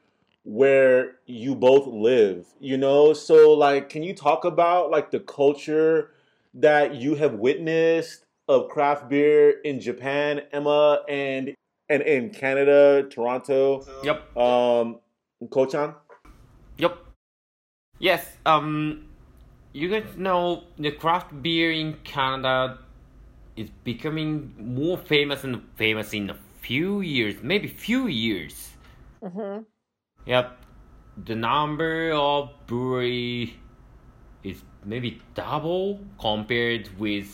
Speaker 1: where you both live, you know? So like can you talk about like the culture that you have witnessed of craft beer in Japan, Emma, and and in Canada, Toronto,
Speaker 3: Yep.
Speaker 1: um, Kochan?
Speaker 3: Yep. Yes. Um, you guys know the craft beer in Canada is becoming more famous and famous in a few years, maybe few years.
Speaker 2: Mm-hmm.
Speaker 3: Yep. The number of brewery is maybe double compared with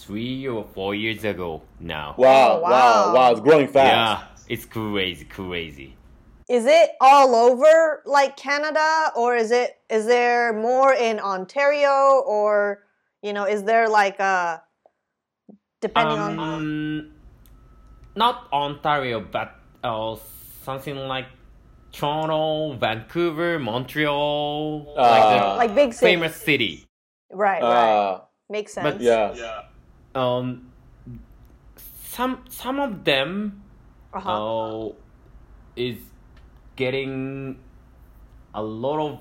Speaker 3: three or four years ago now.
Speaker 1: Wow,
Speaker 2: Oh,
Speaker 1: wow,
Speaker 2: wow.
Speaker 1: wow, It's growing fast.
Speaker 3: Yeah, it's crazy, crazy.
Speaker 2: Is it all over like Canada, or is it is there more in Ontario, or you know, is there like a depending on
Speaker 3: Um, not Ontario, but uh, something like Toronto, Vancouver, Montreal, like
Speaker 1: Uh,
Speaker 3: the
Speaker 2: like big city,
Speaker 3: famous city.
Speaker 2: right? right,
Speaker 1: Uh,
Speaker 2: makes sense.
Speaker 3: but-
Speaker 1: yeah.
Speaker 3: Um, some some of them
Speaker 2: Uh-huh.
Speaker 3: uh, is getting a lot of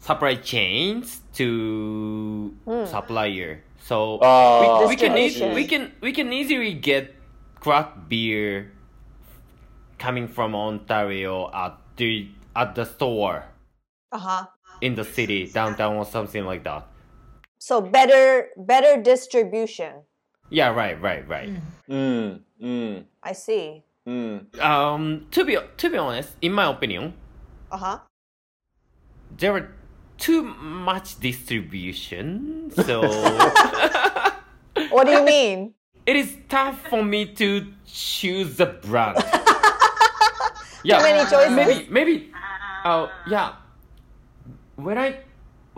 Speaker 3: supply chains to
Speaker 2: Hmm.
Speaker 3: supplier. So
Speaker 1: Oh,
Speaker 3: we, we can eas-
Speaker 2: Distribution.
Speaker 3: we can we can easily get craft beer coming from Ontario at the at the store
Speaker 2: Uh huh.
Speaker 3: in the city downtown or something like that.
Speaker 2: So better better distribution.
Speaker 3: Yeah, right, right, right.
Speaker 1: Mm, mm,
Speaker 2: I see.
Speaker 1: mm.
Speaker 3: Um, to be to be honest, in my opinion,
Speaker 2: Uh huh.
Speaker 3: there were too much distribution, so
Speaker 2: What do you mean?
Speaker 3: it is tough for me to choose the brand. yeah,
Speaker 2: many choices?
Speaker 3: Maybe, maybe. Uh, yeah. When I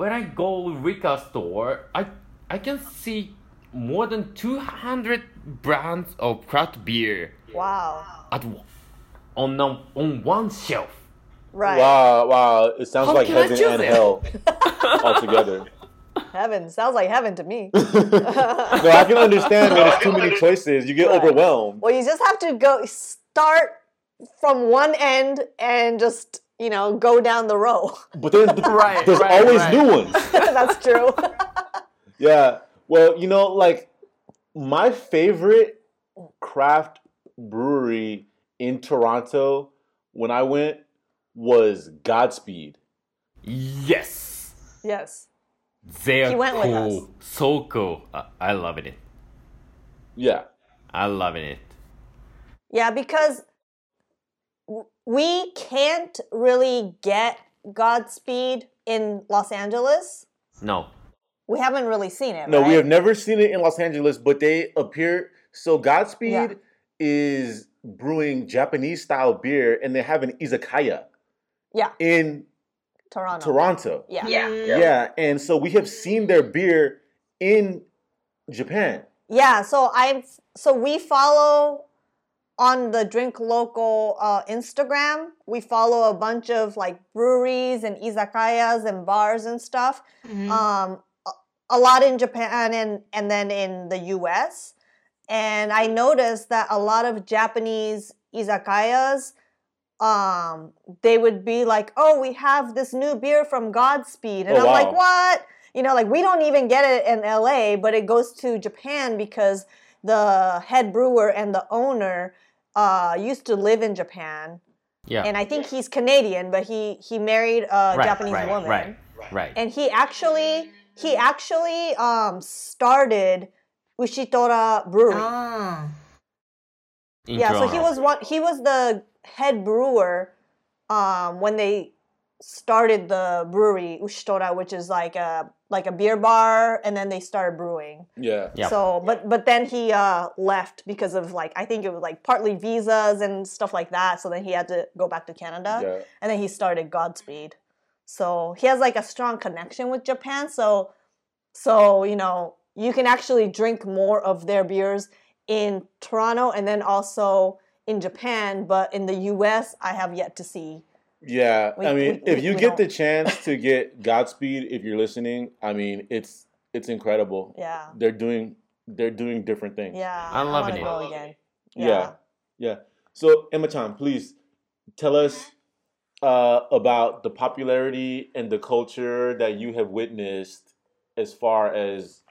Speaker 3: when I go liquor store, I I can see more than two hundred brands of craft beer
Speaker 2: Wow.
Speaker 3: at o- on a, on one shelf.
Speaker 2: Right.
Speaker 1: Wow, wow. It sounds
Speaker 3: How
Speaker 1: like
Speaker 3: can I
Speaker 1: heaven
Speaker 3: choose
Speaker 1: and
Speaker 3: it?
Speaker 1: hell altogether.
Speaker 2: Heaven sounds like heaven to me.
Speaker 1: No, I can understand when there's too many choices. You get
Speaker 2: Right.
Speaker 1: overwhelmed.
Speaker 2: Well, you just have to go start from one end and just you know go down the row.
Speaker 1: But then
Speaker 3: Right,
Speaker 1: there's
Speaker 3: right,
Speaker 1: always
Speaker 3: right.
Speaker 1: new ones.
Speaker 2: That's true.
Speaker 1: Yeah. Well, you know, like my favorite craft brewery in Toronto when I went was Godspeed.
Speaker 3: Yes.
Speaker 2: yes.
Speaker 3: They're
Speaker 2: He went with
Speaker 3: cool. So cool. I, I love it.
Speaker 1: Yeah.
Speaker 3: I love it.
Speaker 2: Yeah, because w- we can't really get Godspeed in Los Angeles.
Speaker 3: No.
Speaker 2: We haven't really seen it.
Speaker 1: No,
Speaker 2: right?
Speaker 1: we have never seen it in Los Angeles, but they appear. So Godspeed
Speaker 2: Yeah.
Speaker 1: is brewing Japanese style beer, and they have an izakaya
Speaker 2: Yeah,
Speaker 1: in
Speaker 2: Toronto.
Speaker 1: Toronto.
Speaker 2: Yeah. yeah.
Speaker 5: Yeah.
Speaker 4: Mm-hmm.
Speaker 1: Yeah. and so we have seen their beer in Japan.
Speaker 2: so I so we follow on the Drink Local uh, Instagram. We follow a bunch of like breweries and izakayas and bars and stuff.
Speaker 3: Mm-hmm.
Speaker 4: Mm-hmm.
Speaker 2: um, a- a lot in Japan and, and then in the US. And I noticed that a lot of Japanese izakayas, um, they would be like, oh, we have this new beer from Godspeed. And
Speaker 1: Oh,
Speaker 2: I'm like,
Speaker 1: wow.
Speaker 2: what? You know, like we don't even get it in LA, but it goes to Japan because the head brewer and the owner uh, used to live in Japan.
Speaker 3: Yeah.
Speaker 2: And I think he's Canadian, but he, he married a
Speaker 3: right,
Speaker 2: Japanese
Speaker 3: right,
Speaker 2: woman
Speaker 3: Right. Right.
Speaker 2: and he actually he actually um started Ushitora Brewery.
Speaker 4: Ah.
Speaker 3: In
Speaker 2: yeah, so
Speaker 3: Toronto.
Speaker 2: he was one he was the head brewer um when they started the brewery Ushitora which is like a like a beer bar and then they started brewing.
Speaker 1: Yeah.
Speaker 3: Yeah.
Speaker 2: So but but then he uh left because of like I think it was like partly visas and stuff like that so then he had to go back to Canada
Speaker 1: Yeah.
Speaker 2: and then he started Godspeed. So he has like a strong connection with Japan. So, so you know, you can actually drink more of their beers in Toronto and then also in Japan. But in the U.S., I have yet to see.
Speaker 1: Yeah,
Speaker 2: We-
Speaker 1: I mean,
Speaker 2: we-
Speaker 1: if
Speaker 2: we-
Speaker 1: you
Speaker 2: we
Speaker 1: get the
Speaker 2: don't-
Speaker 1: chance to get Godspeed, if you're listening, I mean, it's it's incredible.
Speaker 2: Yeah,
Speaker 1: They're doing they're doing different things.
Speaker 2: yeah.
Speaker 3: I'm
Speaker 2: I
Speaker 3: loving
Speaker 2: wanna Go
Speaker 3: it.
Speaker 2: again.
Speaker 1: yeah, yeah. So Emma Chan, please tell us uh, about the popularity and the culture that you have witnessed as far as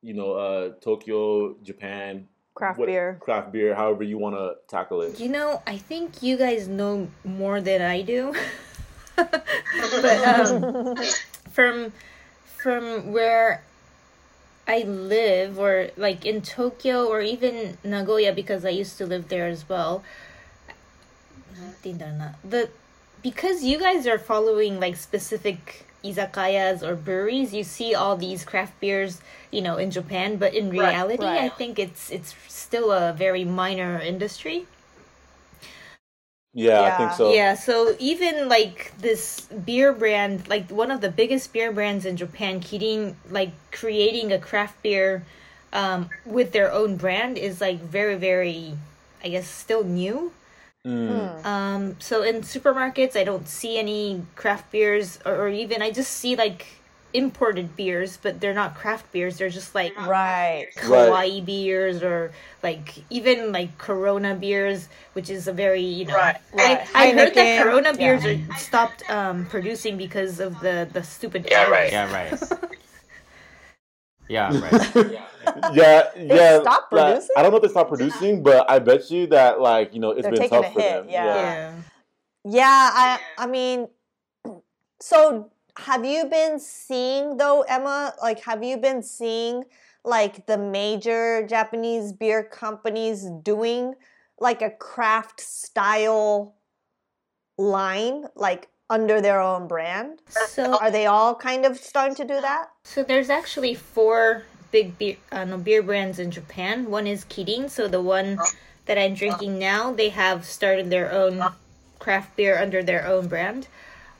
Speaker 1: you know uh, Tokyo, Japan,
Speaker 5: Craft
Speaker 1: what-
Speaker 5: beer.
Speaker 1: craft beer, however you want to tackle it.
Speaker 4: You know, I think you guys know more than I do. but um, from from where I live, or like in Tokyo, or even Nagoya, because I used to live there as well. The because you guys are following like specific izakayas or breweries, you see all these craft beers, you know, in Japan. But in reality, I think it's it's still a very minor industry.
Speaker 1: Yeah, I
Speaker 2: Yeah.
Speaker 1: think so.
Speaker 4: Yeah, so even like this beer brand, like one of the biggest beer brands in Japan, Kirin, like creating a craft beer um, with their own brand is like very, very, I guess, still new.
Speaker 1: Mm.
Speaker 2: Hmm.
Speaker 4: Um, so in supermarkets, I don't see any craft beers, or, or even I just see like imported beers, but they're not craft beers. They're just like
Speaker 2: Right.
Speaker 4: kawaii
Speaker 1: Right.
Speaker 4: beers or like even like Corona beers, which is a very you know.
Speaker 2: Right.
Speaker 4: I, I heard
Speaker 2: Heineken.
Speaker 4: that Corona beers
Speaker 2: Yeah.
Speaker 4: are stopped um, producing because of the the stupid.
Speaker 5: Yeah, right.
Speaker 3: Yeah, right. yeah, right.
Speaker 1: yeah, yeah.
Speaker 2: stopped
Speaker 1: like,
Speaker 2: producing?
Speaker 1: I don't know if they stopped producing, but I bet you that like you know it's
Speaker 2: They're
Speaker 1: been
Speaker 2: taking
Speaker 1: tough
Speaker 2: a
Speaker 1: for
Speaker 2: hit,
Speaker 1: them.
Speaker 2: yeah.
Speaker 4: Yeah.
Speaker 2: Yeah, I I mean, so have you been seeing though, Emma? Like, have you been seeing like the major Japanese beer companies doing like a craft style line, like under their own brand?
Speaker 4: So
Speaker 2: Are they all kind of starting to do that?
Speaker 4: So there's actually four big beer, uh, no, beer brands in Japan. One is Kirin, so the one that I'm drinking now. They have started their own craft beer under their own brand.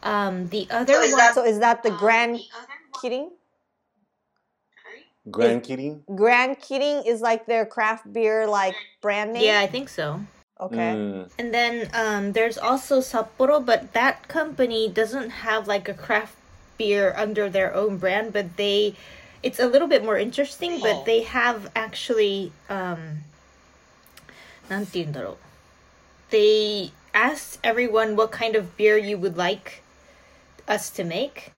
Speaker 4: Um, the other
Speaker 5: So is
Speaker 4: one,
Speaker 5: that-
Speaker 2: So is that the Grand
Speaker 5: The other one-
Speaker 2: Kidding?
Speaker 1: Grand Kitty.
Speaker 2: Grand Kidding is like their craft beer like brand name.
Speaker 4: yeah, I think so.
Speaker 2: Okay.
Speaker 1: Mm.
Speaker 4: And then um, there's also Sapporo, but that company doesn't have like a craft beer under their own brand, but they, it's a little bit more interesting. But they have actually, um, なんて言うんだろう. they asked everyone what kind of beer you would like us to make,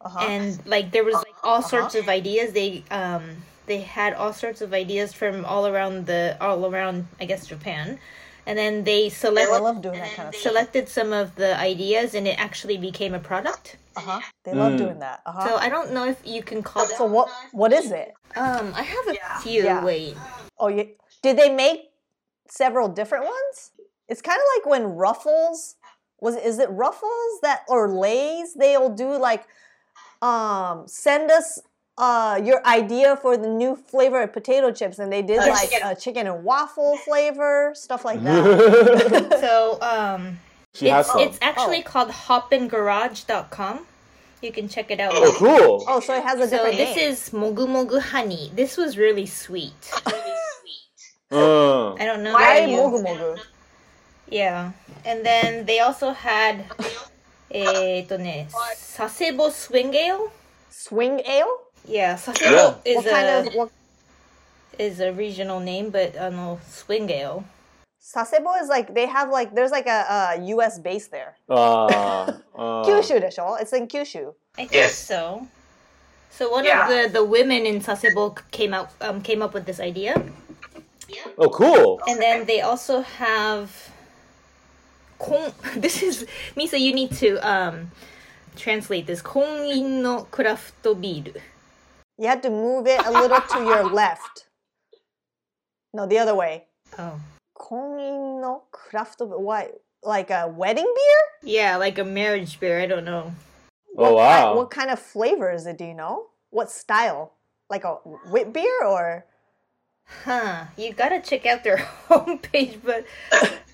Speaker 2: Uh-huh.
Speaker 4: and like there was like all sorts of ideas. They um they had all sorts of ideas from all around the all around I guess Japan, and then they selected
Speaker 2: I love doing that kind of stuff.
Speaker 4: selected some of the ideas and it actually became a product.
Speaker 2: Uh-huh. They love
Speaker 1: Mm.
Speaker 2: doing that. Uh-huh.
Speaker 4: So I don't know if you can call
Speaker 2: So
Speaker 4: that.
Speaker 2: what what is it?
Speaker 4: Um, I have a few.
Speaker 2: Yeah.
Speaker 4: Wait,
Speaker 2: Oh, you, did they make several different ones? It's kind of like when Ruffles was is it Ruffles that or Lay's they'll do like um send us uh your idea for the new flavor of potato chips and they did
Speaker 4: Uh,
Speaker 5: Oh,
Speaker 2: like
Speaker 5: chicken.
Speaker 2: a chicken and waffle flavor stuff like that.
Speaker 4: so um,
Speaker 1: she has
Speaker 4: it's,
Speaker 1: some.
Speaker 4: it's actually
Speaker 2: Oh.
Speaker 4: called hopingarage.com. You can check it out.
Speaker 1: oh, cool.
Speaker 2: oh, so it has a
Speaker 4: So
Speaker 2: different
Speaker 4: this
Speaker 2: name.
Speaker 4: is mogu mogu honey. This was really sweet.
Speaker 1: Uh,
Speaker 4: I don't know.
Speaker 2: Why
Speaker 4: if you-
Speaker 2: mogu mogu?
Speaker 4: Yeah. And then they also had eh, えーとね, Sasebo Swing Ale.
Speaker 2: Swing ale?
Speaker 4: Yeah, Sasebo
Speaker 1: Yeah.
Speaker 4: is
Speaker 2: What
Speaker 4: a
Speaker 2: kind of what
Speaker 4: is a regional name, but I know Swing Ale.
Speaker 2: Sasebo is like they have like there's like a, a US base there.
Speaker 1: uh, uh,
Speaker 2: Kyushu でしょ? It's in Kyushu.
Speaker 4: I think
Speaker 5: Yes.
Speaker 4: so. So one
Speaker 5: Yeah.
Speaker 4: of the, the women in Sasebo came out um, came up with this idea,
Speaker 1: Oh, cool.
Speaker 4: and then they also have. Kon- this is Misa. You need to um, translate this. Konin no craft beer.
Speaker 2: You had to move it a little to your left. No, the other way.
Speaker 4: Oh,
Speaker 2: Konin no craft of what? Like a wedding beer?
Speaker 4: yeah, like a marriage beer. I don't know.
Speaker 1: Oh,
Speaker 2: What-
Speaker 1: wow.
Speaker 2: What kind of flavor is it? Do you know? What style? Like a wit beer or?
Speaker 4: Huh. You gotta check out their homepage, but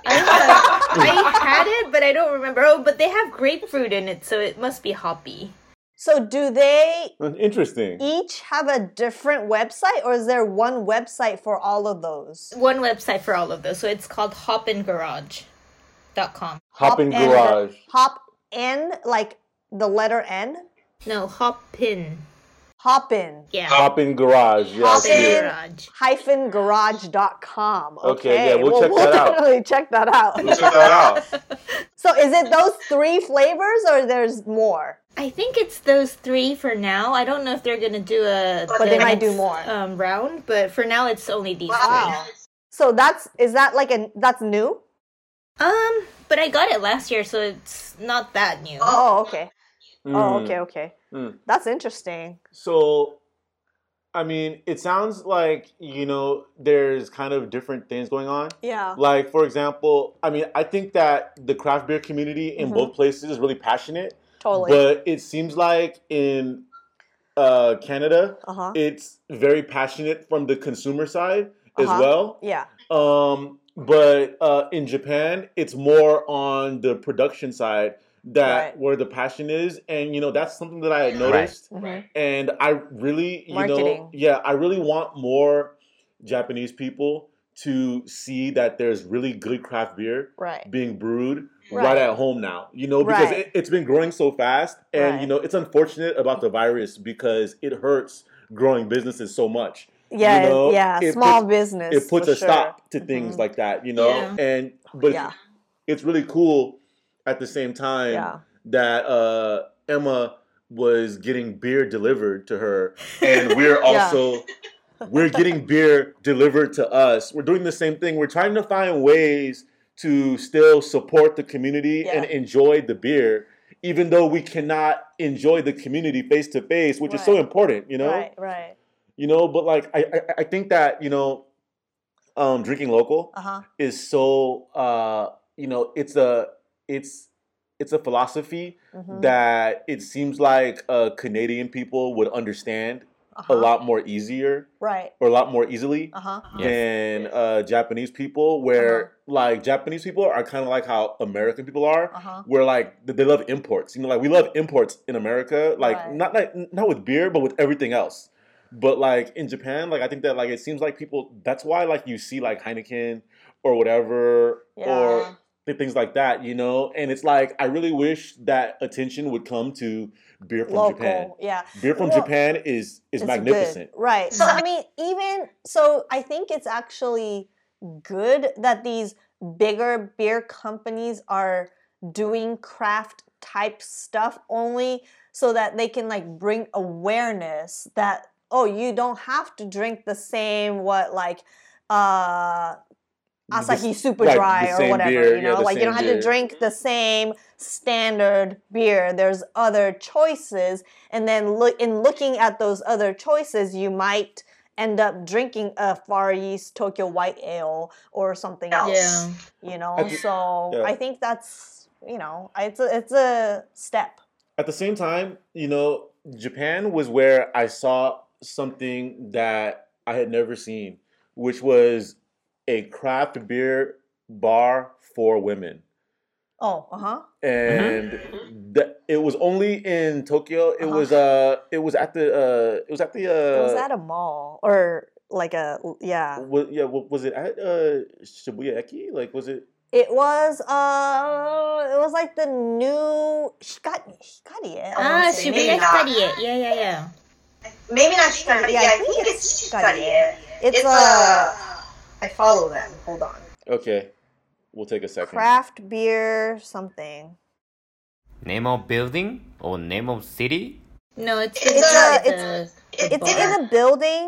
Speaker 4: I, don't know. I had it, but I don't remember. Oh, but they have grapefruit in it, so it must be hoppy.
Speaker 2: So do they
Speaker 1: Interesting.
Speaker 2: each have a different website or is there one website for all of those?
Speaker 4: One website for all of those, so it's called hopingarage.com.
Speaker 1: Hop in
Speaker 2: and-
Speaker 1: garage.
Speaker 2: Hop N, like the letter N?
Speaker 4: No, Hopin.
Speaker 2: Hop in.
Speaker 4: Yeah.
Speaker 1: Hop in garage. Yeah, I
Speaker 2: Hop
Speaker 1: see it.
Speaker 2: in.
Speaker 4: Hopingarage.
Speaker 2: hyphen garage.com.
Speaker 1: Okay, yeah, we'll check that out.
Speaker 2: definitely check that out.
Speaker 1: Check that out.
Speaker 2: so is it those three flavors or there's more?
Speaker 4: I think it's those three for now. I don't know if they're gonna do a
Speaker 2: But they
Speaker 4: the
Speaker 2: might do
Speaker 4: next,
Speaker 2: more.
Speaker 4: um, round, but for now it's only these three.
Speaker 2: Wow. So that's is that like a that's new?
Speaker 4: Um, but I got it last year, so it's not that new.
Speaker 2: Oh, okay. Oh,
Speaker 1: Mm.
Speaker 2: okay, okay.
Speaker 1: Mm.
Speaker 2: That's interesting.
Speaker 1: So, I mean, it sounds like, you know, there's kind of different things going on.
Speaker 2: Yeah.
Speaker 1: Like, for example, I mean, I think that the craft beer community in both places is really passionate,
Speaker 2: Mm-hmm. Totally.
Speaker 1: but it seems like in uh, Canada,
Speaker 2: uh-huh.
Speaker 1: it's very passionate from the consumer side as
Speaker 2: Uh-huh.
Speaker 1: well.
Speaker 2: yeah.
Speaker 1: Um, but uh, in Japan, it's more on the production side that
Speaker 2: Right.
Speaker 1: where the passion is, and you know that's something that I had noticed,
Speaker 2: Mhm.
Speaker 1: and I really, you
Speaker 2: Marketing.
Speaker 1: know, yeah, I really want more Japanese people to see that there's really good craft beer
Speaker 2: Right.
Speaker 1: being brewed right,
Speaker 2: Right.
Speaker 1: at home now. You know, because
Speaker 2: Right.
Speaker 1: it, it's been growing so fast, and you
Speaker 2: Right.
Speaker 1: know, it's unfortunate about the virus because it hurts growing businesses so much.
Speaker 2: Yeah,
Speaker 1: you know,
Speaker 2: yeah.
Speaker 1: it
Speaker 2: Small
Speaker 1: puts-
Speaker 2: business.
Speaker 1: it puts
Speaker 2: for
Speaker 1: a
Speaker 2: sure.
Speaker 1: stop to things
Speaker 2: Mhm.
Speaker 1: like that, you know.
Speaker 4: Yeah.
Speaker 1: And but
Speaker 2: Yeah.
Speaker 1: it's really cool at the same time
Speaker 2: Yeah.
Speaker 1: that uh, Emma was getting beer delivered to her, and we're also we're getting beer delivered to us. We're doing the same thing. We're trying to find ways to still support the community
Speaker 2: Yeah.
Speaker 1: and enjoy the beer, even though we cannot enjoy the community face to face, which is so
Speaker 2: Right.
Speaker 1: important, you know.
Speaker 2: Right, right.
Speaker 1: You know, but like I, I, I think that you know, um, drinking local
Speaker 2: Uh huh.
Speaker 1: is so uh, you know it's a it's it's a philosophy
Speaker 2: hmm
Speaker 1: that it seems like uh, Canadian people would understand a lot more easier
Speaker 2: Uh-huh. Right.
Speaker 1: or a lot more easily
Speaker 2: Uh huh.
Speaker 3: Yes.
Speaker 1: than uh, Japanese people, where like Japanese people are kind of like how American people are.
Speaker 2: Uh huh.
Speaker 1: Where like th- they love imports, you know, like we love imports in America, like
Speaker 2: Right.
Speaker 1: not like not with beer, but with everything else. But like in Japan, like I think that like it seems like people. That's why like you see like Heineken or whatever or
Speaker 2: Yeah.
Speaker 1: th- things like that, you know. And it's like I really wish that attention would come to beer from
Speaker 2: Local.
Speaker 1: Japan.
Speaker 2: Yeah.
Speaker 1: Beer from
Speaker 2: Well,
Speaker 1: Japan is is
Speaker 2: It's
Speaker 1: magnificent.
Speaker 2: Good. Right. So I mean, even so, I think it's actually good that these bigger beer companies are doing craft type stuff only so that they can like bring awareness that oh, you don't have to drink the same what like uh
Speaker 1: This-
Speaker 2: Asahi Super
Speaker 1: right,
Speaker 2: Dry
Speaker 1: the
Speaker 2: or
Speaker 1: same
Speaker 2: whatever,
Speaker 1: beer,
Speaker 2: you
Speaker 1: yeah,
Speaker 2: know,
Speaker 1: the
Speaker 2: like you
Speaker 1: same
Speaker 2: don't have
Speaker 1: beer.
Speaker 2: to drink the same standard beer. There's other choices, and then look in looking at those other choices, you might end up drinking a Far East Tokyo White Ale or something else.
Speaker 4: Yeah.
Speaker 2: You know,
Speaker 1: I thi-
Speaker 2: so
Speaker 1: yeah.
Speaker 2: I think that's you know, it's a, it's a step.
Speaker 1: At the same time, you know, Japan was where I saw something that I had never seen, which was a craft beer bar for women.
Speaker 2: Oh, uh huh.
Speaker 1: And that it was only in Tokyo. It
Speaker 2: Mm-hmm.
Speaker 1: was
Speaker 2: Uh-huh.
Speaker 1: uh it was at the uh it was at the uh
Speaker 2: it was at a mall or like a yeah.
Speaker 1: wa- yeah, wa- was it at uh Shibuya Eki? Like was it
Speaker 2: It was uh, it was like the new Hikari. Hikari eh? I wanna
Speaker 4: Ah,
Speaker 2: say.
Speaker 4: Shibuya study it. Yeah, yeah, yeah.
Speaker 5: Maybe not Shikari, but yeah, I think it's Shikari.
Speaker 2: It's,
Speaker 5: It's, it's
Speaker 2: a
Speaker 5: uh, I follow them. Hold on.
Speaker 1: Okay. We'll take a second.
Speaker 2: craft beer something.
Speaker 3: Name of building or name of city?
Speaker 4: No, it's
Speaker 5: It's
Speaker 4: it's,
Speaker 5: a-
Speaker 4: a,
Speaker 5: it's-
Speaker 4: a
Speaker 2: It's
Speaker 4: bar.
Speaker 2: in a building,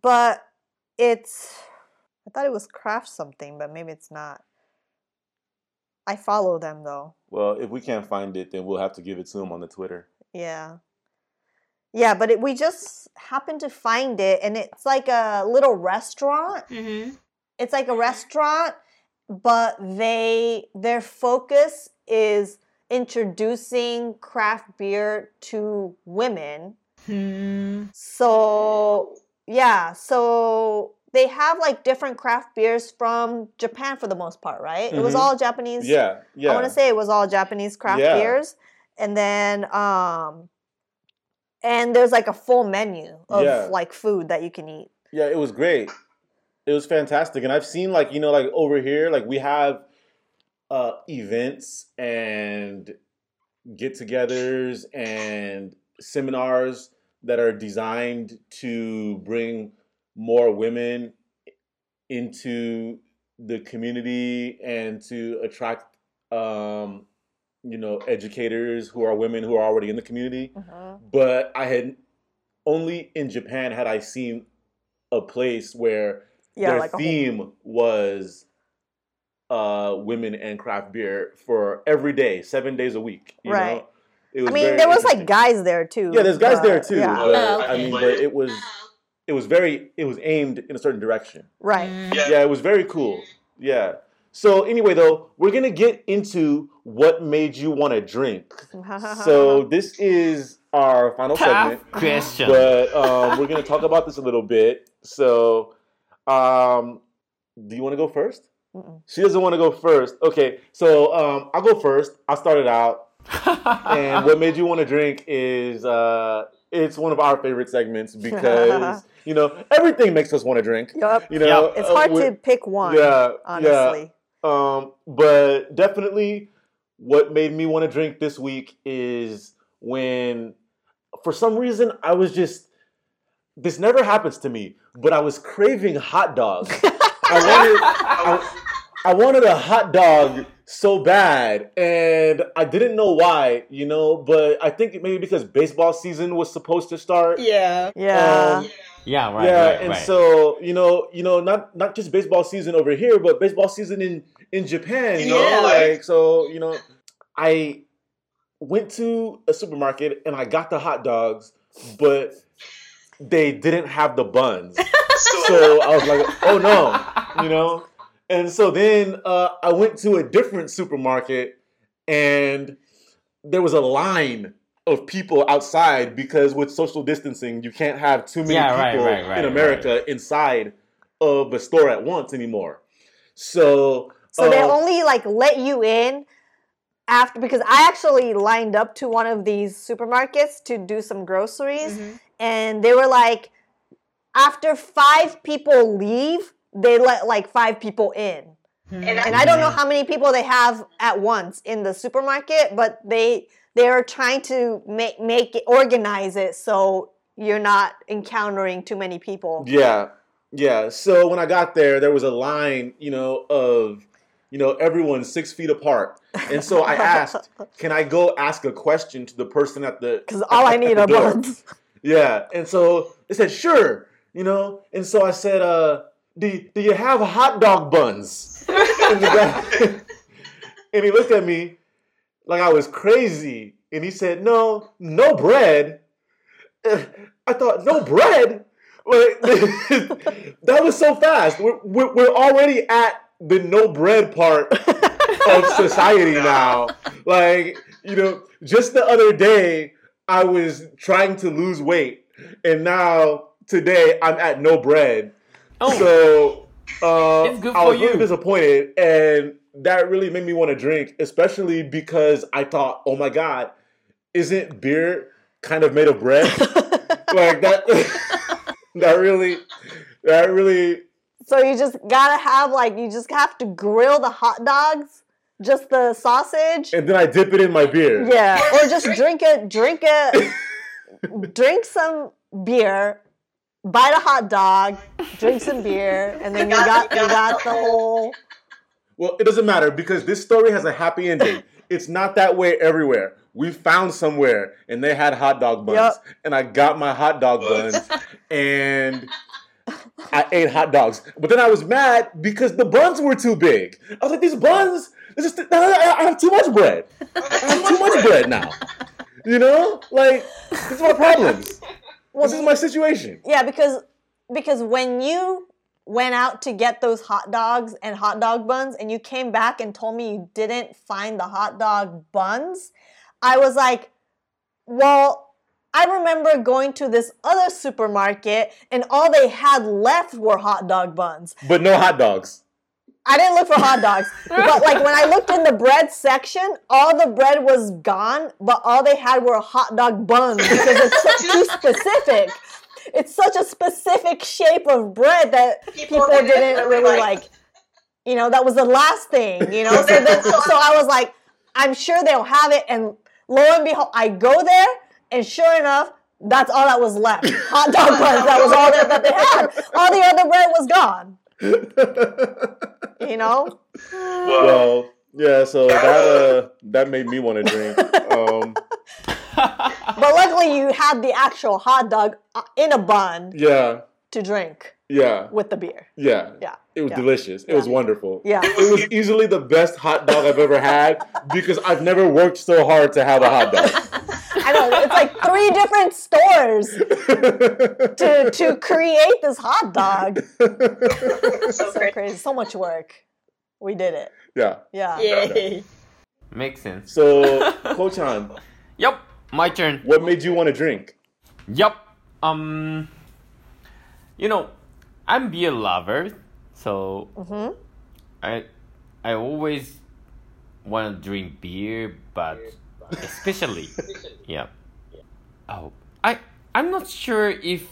Speaker 2: but it's. I thought it was craft something, but maybe it's not. I follow them though.
Speaker 1: Well, if we can't find it, then we'll have to give it to him on the Twitter.
Speaker 2: Yeah. Yeah, but it, we just happened to find it, and it's like a little restaurant.
Speaker 4: Mm-hmm.
Speaker 2: it's like a restaurant but they their focus is introducing craft beer to women
Speaker 5: Mm-hmm.
Speaker 4: Hmm.
Speaker 2: so yeah so they have like different craft beers from japan for the most part right it was
Speaker 1: Mhm.
Speaker 2: all japanese
Speaker 1: Yeah, yeah.
Speaker 2: i want to say it was all japanese craft
Speaker 1: Yeah.
Speaker 2: beers and then um and there's like a full menu of
Speaker 1: Yeah.
Speaker 2: like food that you can eat
Speaker 1: Yeah, it was great. It was fantastic, and I've seen like you know like over here like we have uh events and get-togethers and seminars that are designed to bring more women into the community and to attract um you know educators who are women who are already in the community but I had only in Japan had I seen a place where
Speaker 2: yeah
Speaker 1: their
Speaker 2: like a whole
Speaker 1: theme was uh, women and craft beer for every day, seven days a week. You
Speaker 2: Right.
Speaker 1: Know? It
Speaker 2: I mean,
Speaker 1: very
Speaker 2: there was like
Speaker 1: interesting.
Speaker 2: guys there too.
Speaker 1: Yeah, there's guys
Speaker 2: but-
Speaker 1: there too.
Speaker 2: Yeah,
Speaker 1: But,
Speaker 4: Oh,
Speaker 1: I
Speaker 4: okay.
Speaker 1: mean, but it was it was very it was aimed in a certain direction.
Speaker 2: right.
Speaker 4: Yeah.
Speaker 1: Yeah, it was very cool. Yeah. So anyway, though, we're gonna get into what made you want to drink. so this is our final segment.
Speaker 3: Tough question.
Speaker 1: but um, we're going to talk about this a little bit. So, um, do you want to go first?
Speaker 2: Mm-mm.
Speaker 1: She doesn't want to go first. Okay, so um, I'll go first. I started out, and what made you want to drink is uh, it's one of our favorite segments because you know everything makes us want to drink.
Speaker 2: Yup.
Speaker 1: You know,
Speaker 3: Yep.
Speaker 2: It's
Speaker 1: uh,
Speaker 2: hard
Speaker 1: we-
Speaker 2: to pick one.
Speaker 1: yeah, yeah.
Speaker 2: honestly.
Speaker 1: Um, but definitely, what made me want to drink this week is when, for some reason, I was just. This never happens to me, but I was craving hot dogs. I wanted, I, I wanted a hot dog so bad, and I didn't know why, you know. But I think maybe because baseball season was supposed to start.
Speaker 4: Yeah.
Speaker 2: Yeah.
Speaker 1: Um,
Speaker 3: yeah, right,
Speaker 1: yeah,
Speaker 3: right,
Speaker 1: and
Speaker 3: right.
Speaker 1: so you know, you know, not not just baseball season over here, but baseball season in in Japan. You know,
Speaker 4: Yeah.
Speaker 1: like so, you know, I went to a supermarket and I got the hot dogs, but they didn't have the buns. so I was like, oh no, you know? And so then uh, I went to a different supermarket and there was a line of people outside because with social distancing, you can't have too many
Speaker 3: Yeah, right,
Speaker 1: people
Speaker 3: right, right,
Speaker 1: in America inside of a store at once anymore. So,
Speaker 2: So they
Speaker 1: uh,
Speaker 2: only like let you in after because I actually lined up to one of these supermarkets to do some groceries
Speaker 5: Mm-hmm.
Speaker 2: and they were like after 5 people leave, they let like 5 people in. And I don't know how many people they have at once in the supermarket, but they they are trying to make make it organize it so you're not encountering too many people.
Speaker 1: Yeah, yeah. So when I got there, there was a line, you know, of you know everyone six feet apart, and so I asked, "Can I go ask a question to the person at the?"
Speaker 2: Because all I need
Speaker 1: the
Speaker 2: are
Speaker 1: door.
Speaker 2: buns.
Speaker 1: Yeah, and so they said, "Sure," you know, and so I said, "Uh, do do you have hot dog buns?" and, the guy, and he looked at me like I was crazy, and he said, "No, no bread." Uh, I thought, "No bread." Like, that was so fast. We're, we're, we're already at the no bread part of society now. Like, you know, just the other day, I was trying to lose weight, and now today I'm at no bread. So, uh,
Speaker 3: Oh. It's good
Speaker 1: I
Speaker 3: for
Speaker 1: was really
Speaker 3: you.
Speaker 1: disappointed, and that really made me want to drink, especially because I thought, oh my God, isn't beer kind of made of bread? like that. that really, that really.
Speaker 2: So you just gotta have like you just have to grill the hot dogs, just the sausage.
Speaker 1: And then I dip it in my beer.
Speaker 2: Yeah, or just drink a drink a drink some beer, buy the hot dog, drink some beer, and then you got you got the whole.
Speaker 1: Well, it doesn't matter because this story has a happy ending. it's not that way everywhere. We found somewhere and they had hot dog buns, and I got my hot dog buns, and I ate hot dogs. But then I was mad because the buns were too big. I was like, these buns, this is I I have too much bread. I have too much bread now. You know, like this is my problems. This is my situation.
Speaker 2: Yeah, because because when you went out to get those hot dogs and hot dog buns, and you came back and told me you didn't find the hot dog buns, I was like, well, I remember going to this other supermarket, and all they had left were hot dog buns.
Speaker 1: But no hot dogs.
Speaker 2: I didn't look for hot dogs, but like when I looked in the bread section, all the bread was gone, but all they had were hot dog buns because it's so, too specific. It's such a specific shape of bread that people,
Speaker 5: People didn't
Speaker 2: didn't
Speaker 5: really
Speaker 2: really
Speaker 5: like.
Speaker 2: like. You know, that was the last thing. You know, so, then, so I was like, I'm sure they'll have it, and lo and behold, I go there, and sure enough. That's all that was left. Hot dog buns. That was all that, that they had. All the other bread was gone. You know.
Speaker 1: Well, yeah, so that uh, that made me want to drink. Um,
Speaker 2: But luckily, you had the actual hot dog uh, in a bun
Speaker 1: yeah,
Speaker 2: to drink
Speaker 1: yeah,
Speaker 2: with the beer.
Speaker 1: yeah,
Speaker 2: Yeah.
Speaker 1: It was
Speaker 2: yeah.
Speaker 1: delicious. It was wonderful.
Speaker 2: Yeah.
Speaker 1: It was easily the best hot dog I've ever had because I've never worked so hard to have a hot dog.
Speaker 2: I know. It's like three different stores to, to create this hot dog.
Speaker 5: So
Speaker 2: So
Speaker 5: great.
Speaker 2: crazy. So much work. We did it.
Speaker 1: Yeah.
Speaker 2: Yeah.
Speaker 4: Yay.
Speaker 3: Makes sense.
Speaker 1: So, Kochan,
Speaker 3: Yup, my turn.
Speaker 1: what made you want to drink?
Speaker 3: Yup. Um, you know, I'm beer lover, so I I always want to drink beer, but especially, yeah. Oh, I I'm not sure if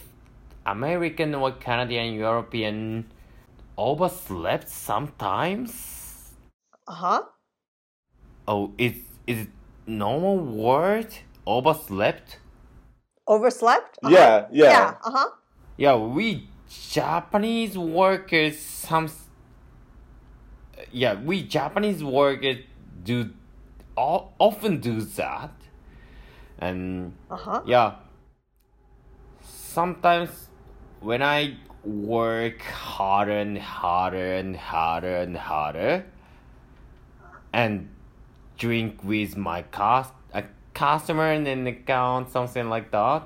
Speaker 3: American or Canadian European overslept sometimes.
Speaker 2: Uh huh.
Speaker 3: Oh, is is it normal word overslept?
Speaker 2: Overslept? Uh-huh.
Speaker 1: Yeah, yeah,
Speaker 2: Yeah. Uh huh.
Speaker 3: Yeah, we Japanese workers some. Yeah, we Japanese workers do o- often do that, and
Speaker 2: Uh huh.
Speaker 3: yeah. Sometimes when I work harder and harder and harder and harder and drink with my cus- uh, customer and an account, something like that.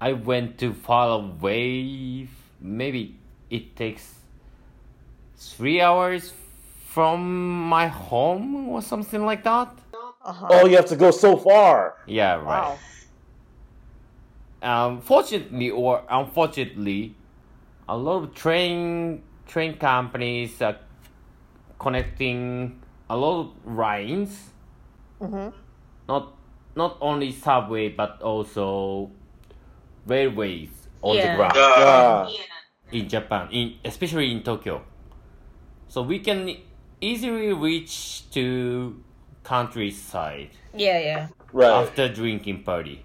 Speaker 3: I went too far away. Maybe it takes three hours from my home or something like that.
Speaker 2: Uh-huh.
Speaker 1: Oh, you have to go so far.
Speaker 3: Yeah, right.
Speaker 2: Wow.
Speaker 3: Um, fortunately or unfortunately, a lot of train train companies are connecting a lot of lines.
Speaker 2: Mhm.
Speaker 3: Not not only subway but also railways on
Speaker 4: Yeah.
Speaker 3: the ground
Speaker 1: Yeah.
Speaker 3: in Japan, in especially in Tokyo. So we can easily reach to countryside
Speaker 4: Yeah, yeah.
Speaker 1: Right.
Speaker 3: after drinking party.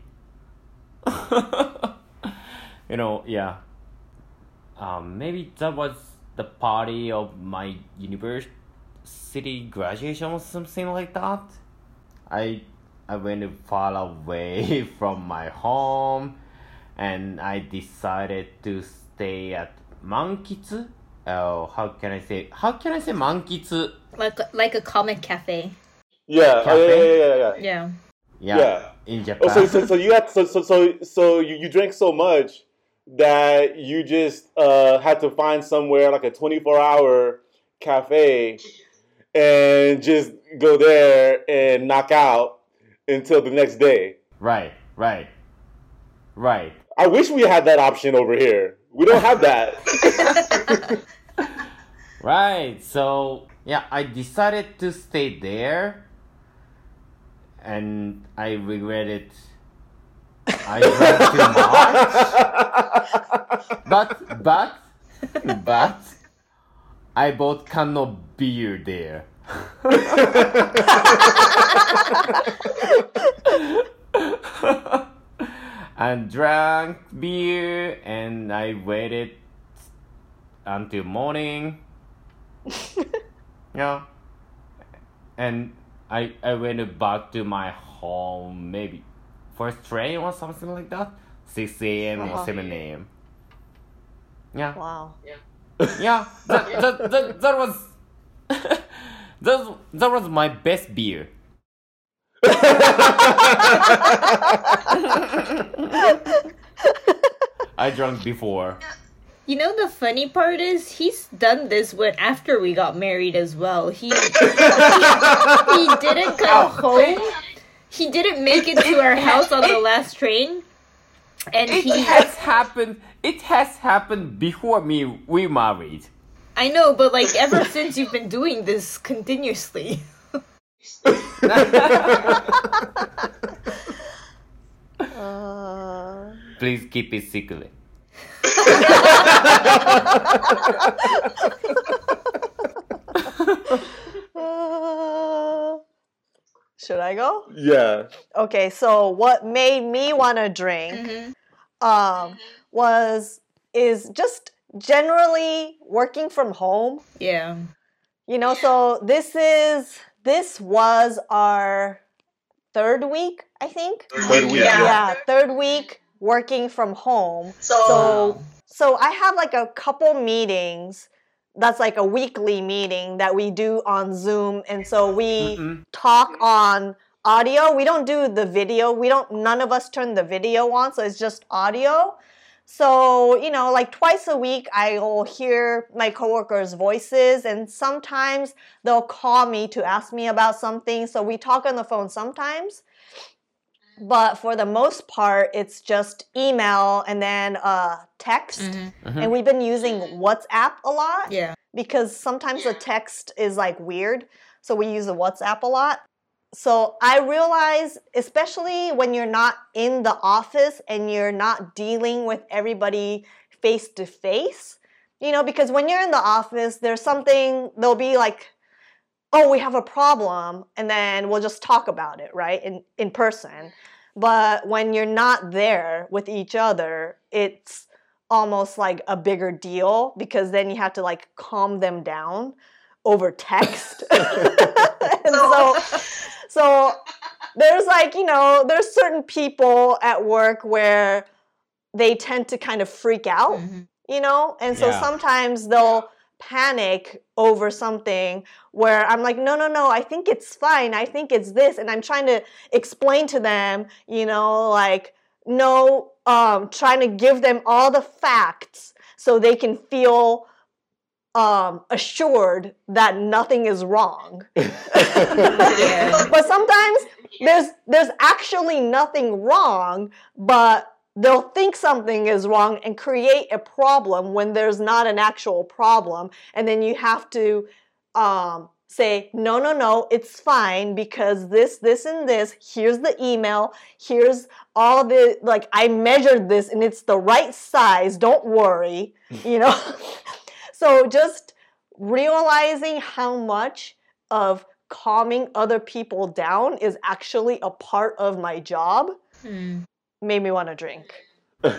Speaker 3: you know, yeah. Um, maybe that was the party of my university graduation or something like that. I I went far away from my home, and I decided to stay at Mankitsu. Oh, how can I say? How can I say Mankitsu?
Speaker 4: Like like a comic cafe.
Speaker 1: Yeah. Oh, yeah, yeah, yeah, yeah, yeah.
Speaker 4: Yeah.
Speaker 3: Yeah,
Speaker 1: Yeah.
Speaker 3: in Japan.
Speaker 1: Oh, so, so, so you had so so so, so you, you drank so much that you just uh, had to find somewhere like a twenty four hour cafe and just go there and knock out until the next day.
Speaker 3: right, right, right.
Speaker 1: I wish we had that option over here. We don't have that.
Speaker 3: Right. So yeah, I decided to stay there, and I regret it. I drank too much, but but but I bought can of beer there. and drank beer and I waited until morning. Yeah. And I I went back to my home maybe first train or something like that. Six AM or
Speaker 2: Uh-huh.
Speaker 3: seven AM. Yeah.
Speaker 2: Wow.
Speaker 3: Yeah. That that that, that was that, that was my best beer. I drank before.
Speaker 4: You know the funny part is he's done this when after we got married as well. He he, didn't come home. He didn't make it to our house on the last train. And
Speaker 3: It
Speaker 4: he
Speaker 3: has happened. It has happened before me. We married.
Speaker 4: I know, but like ever since you've been doing this continuously.
Speaker 2: Uh,
Speaker 3: Please keep it secret.
Speaker 2: uh, should I go?
Speaker 1: yeah.
Speaker 2: Okay, so what made me want to drink um, was is just generally working from home.
Speaker 4: Yeah.
Speaker 2: You know, so this is this was our third week, I think.
Speaker 1: Third week,
Speaker 2: Yeah,
Speaker 1: Yeah.
Speaker 2: third week working from home.
Speaker 5: So,
Speaker 2: So so I have like a couple meetings. That's like a weekly meeting that we do on Zoom and so we
Speaker 3: Mm-mm.
Speaker 2: talk on audio. We don't do the video. We don't none of us turn the video on, so it's just audio. So, you know, like twice a week I will hear my coworkers' voices and sometimes they'll call me to ask me about something. So we talk on the phone sometimes. But for the most part, it's just email and then uh, text. And we've been using WhatsApp a lot
Speaker 4: Yeah.
Speaker 2: because sometimes the text is like weird. So we use the WhatsApp a lot. So I realize, especially when you're not in the office and you're not dealing with everybody face to face, you know, because when you're in the office, there's something, there'll be like, oh, we have a problem, and then we'll just talk about it, right, in, in person. But when you're not there with each other, it's almost like a bigger deal because then you have to like calm them down over text. and so, so there's like, you know, there's certain people at work where they tend to kind of freak out,
Speaker 4: Mhm.
Speaker 2: you know? And so
Speaker 3: Yeah.
Speaker 2: sometimes they'll panic over something where I'm like, no, no, no, I think it's fine. I think it's this. And I'm trying to explain to them, you know, like, no, um, trying to give them all the facts so they can feel um, assured that nothing is wrong. but sometimes there's there's actually nothing wrong, but they'll think something is wrong and create a problem when there's not an actual problem, and then you have to um, say no, no, no, it's fine because this, this, and this. Here's the email. Here's all the like I measured this and it's the right size. Don't worry, you know. So just realizing how much of calming other people down is actually a part of my job hmm. made me want to drink. because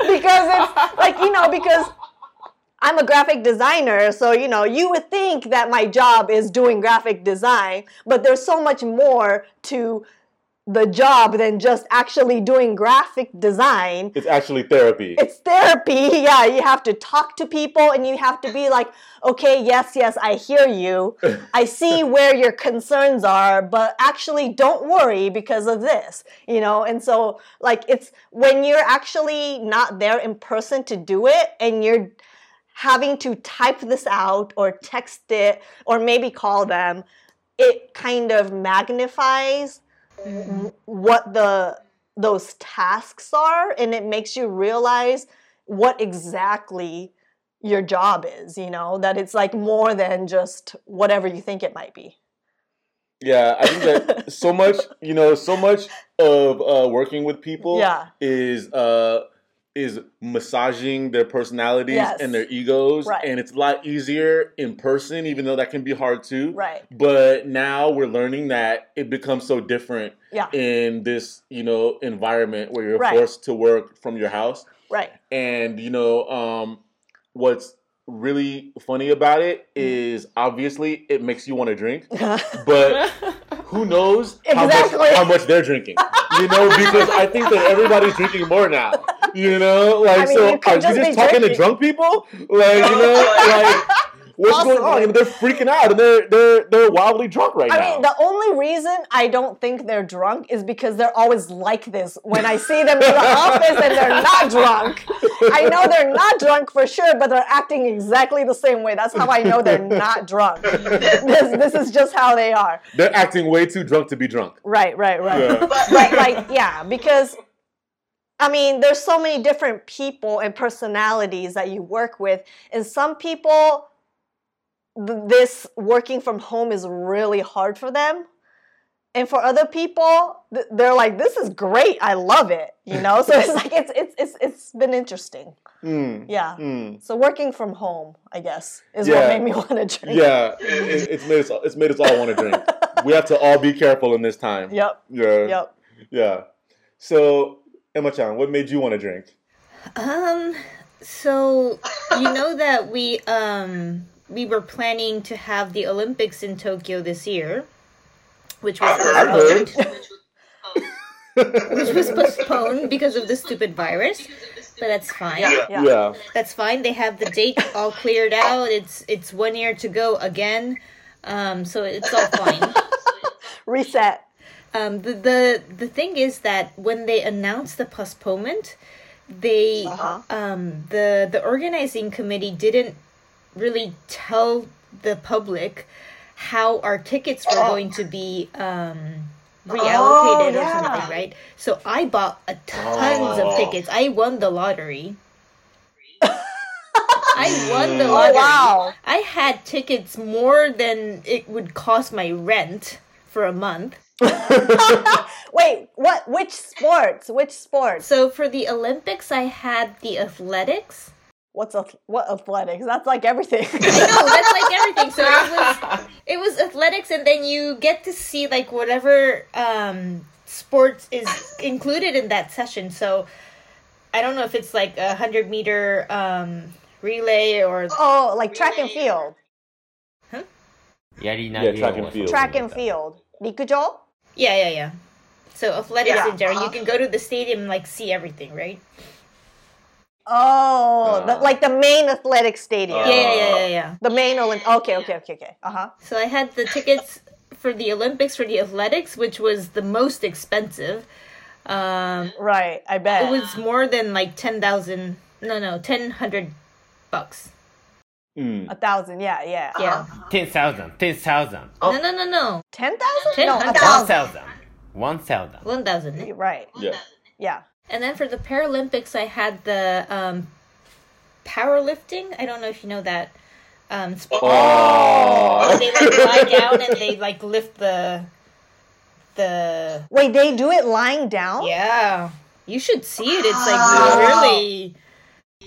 Speaker 2: it's like, you know, because I'm a graphic designer, so you know, you would think that my job is doing graphic design, but there's so much more to the job than just actually doing graphic design.
Speaker 1: It's actually therapy.
Speaker 2: It's therapy. Yeah, you have to talk to people and you have to be like, okay, yes, yes, I hear you. I see where your concerns are, but actually don't worry because of this, you know? And so, like, it's when you're actually not there in person to do it and you're having to type this out or text it or maybe call them, it kind of magnifies Mm-hmm. what the those tasks are and it makes you realize what exactly your job is you know that it's like more than just whatever you think it might be
Speaker 1: yeah i think that so much you know so much of uh, working with people
Speaker 2: yeah.
Speaker 1: is uh is massaging their personalities
Speaker 2: Yes.
Speaker 1: and their egos
Speaker 2: Right.
Speaker 1: and it's a lot easier in person even though that can be hard too
Speaker 2: Right.
Speaker 1: but now we're learning that it becomes so different
Speaker 2: yeah
Speaker 1: in this you know environment where you're
Speaker 2: Right.
Speaker 1: forced to work from your house
Speaker 2: right
Speaker 1: and you know um what's really funny about
Speaker 2: Mm.
Speaker 1: it is obviously it makes you want to drink but who knows how,
Speaker 2: Exactly.
Speaker 1: much, how much they're drinking you know because i think that everybody's drinking more now you know like
Speaker 2: I mean,
Speaker 1: so
Speaker 2: you could
Speaker 1: are
Speaker 2: just
Speaker 1: you
Speaker 2: be
Speaker 1: just talking
Speaker 2: drinking.
Speaker 1: to drunk people like you know like what's going on
Speaker 2: Possibly.
Speaker 1: and they're freaking out and they're they're they're wildly drunk right
Speaker 2: I
Speaker 1: now
Speaker 2: mean, the only reason I don't think they're drunk is because they're always like this when I see them in the office and they're not drunk. I know they're not drunk for sure, but they're acting exactly the same way. That's how I know they're not drunk. This, this is just how they are.
Speaker 1: they're acting way too drunk to be drunk
Speaker 2: Right, right, right.
Speaker 1: Yeah.
Speaker 5: But
Speaker 2: Like,
Speaker 5: like,
Speaker 2: like, yeah, because I mean, there's so many different people and personalities that you work with, and some people, th- this working from home is really hard for them. And for other people, th- they're like, "This is great. I love it." You know, so it's like it's it's it's it's been interesting.
Speaker 1: Mm,
Speaker 2: Yeah.
Speaker 1: mm.
Speaker 2: So working from home, I guess, is
Speaker 1: Yeah.
Speaker 2: what made me want to drink.
Speaker 1: Yeah, it, it- it's made us. It's made us all want to drink. we have to all be careful in this time.
Speaker 2: Yep.
Speaker 1: Yeah.
Speaker 2: Yep.
Speaker 1: Yeah. So, Emma Chan, what made you want to drink?
Speaker 4: Um, so you know that we um we were planning to have the Olympics in Tokyo this year, which was
Speaker 1: heard.
Speaker 4: postponed. which was postponed because of the stupid virus, but that's fine.
Speaker 2: Yeah.
Speaker 1: Yeah.
Speaker 4: That's fine. They have the date all cleared out. It's it's one year to go again. Um, so it's all fine.
Speaker 2: Reset.
Speaker 4: Um, the, the the thing is that when they announced the postponement, they
Speaker 2: Uh-huh.
Speaker 4: um, the the organizing committee didn't really tell the public how our tickets were
Speaker 2: Oh.
Speaker 4: going to be um, reallocated
Speaker 2: yeah.
Speaker 4: or something, right? So I bought a tons
Speaker 1: Oh.
Speaker 4: of tickets. I won the lottery. I won the
Speaker 1: Oh,
Speaker 4: lottery.
Speaker 2: wow.
Speaker 4: I had tickets more than it would cost my rent for a month.
Speaker 2: Wait, what? Which sports? Which sports?
Speaker 4: So for the Olympics, I had the athletics.
Speaker 2: What's ath- what athletics? That's like everything.
Speaker 4: No, that's like everything. So it was it was athletics, and then you get to see like whatever um, sports is included in that session. So I don't know if it's like a hundred meter um, relay or
Speaker 2: oh, like track and field.
Speaker 1: Yeah, track and field.
Speaker 2: Track and field. Nikujo?
Speaker 4: yeah, yeah, yeah. So athletics
Speaker 2: Yeah,
Speaker 4: in general, you can go to the stadium and like see everything, right?
Speaker 2: Oh,
Speaker 3: Uh,
Speaker 2: the, like the main athletic stadium.
Speaker 3: Uh,
Speaker 4: Uh-huh. Yeah, yeah, yeah, yeah, yeah.
Speaker 2: the main Olymp. Okay, okay, okay, okay. Uh huh.
Speaker 4: So I had the tickets for the Olympics for the athletics, which was the most expensive. Um,
Speaker 2: Right. I bet.
Speaker 4: it was more than like ten thousand. No, no, ten hundred bucks.
Speaker 1: Mm.
Speaker 2: a thousand. Yeah, yeah.
Speaker 4: Yeah.
Speaker 3: Uh-huh. 10,000, 10,000,
Speaker 4: No, no, no, no.
Speaker 2: Ten thousand? No, a
Speaker 4: 10,000.
Speaker 2: thousand.
Speaker 3: 1,000, 1,000.
Speaker 4: One thousand.
Speaker 2: Right.
Speaker 1: Yeah.
Speaker 2: Yeah.
Speaker 4: And then for the Paralympics, I had the um, powerlifting. I don't know if you know that um, sport.
Speaker 1: Oh.
Speaker 4: They like lie down and they like lift the the
Speaker 2: Wait, they do it lying down?
Speaker 4: yeah. You should see it. It's like
Speaker 2: Wow.
Speaker 4: really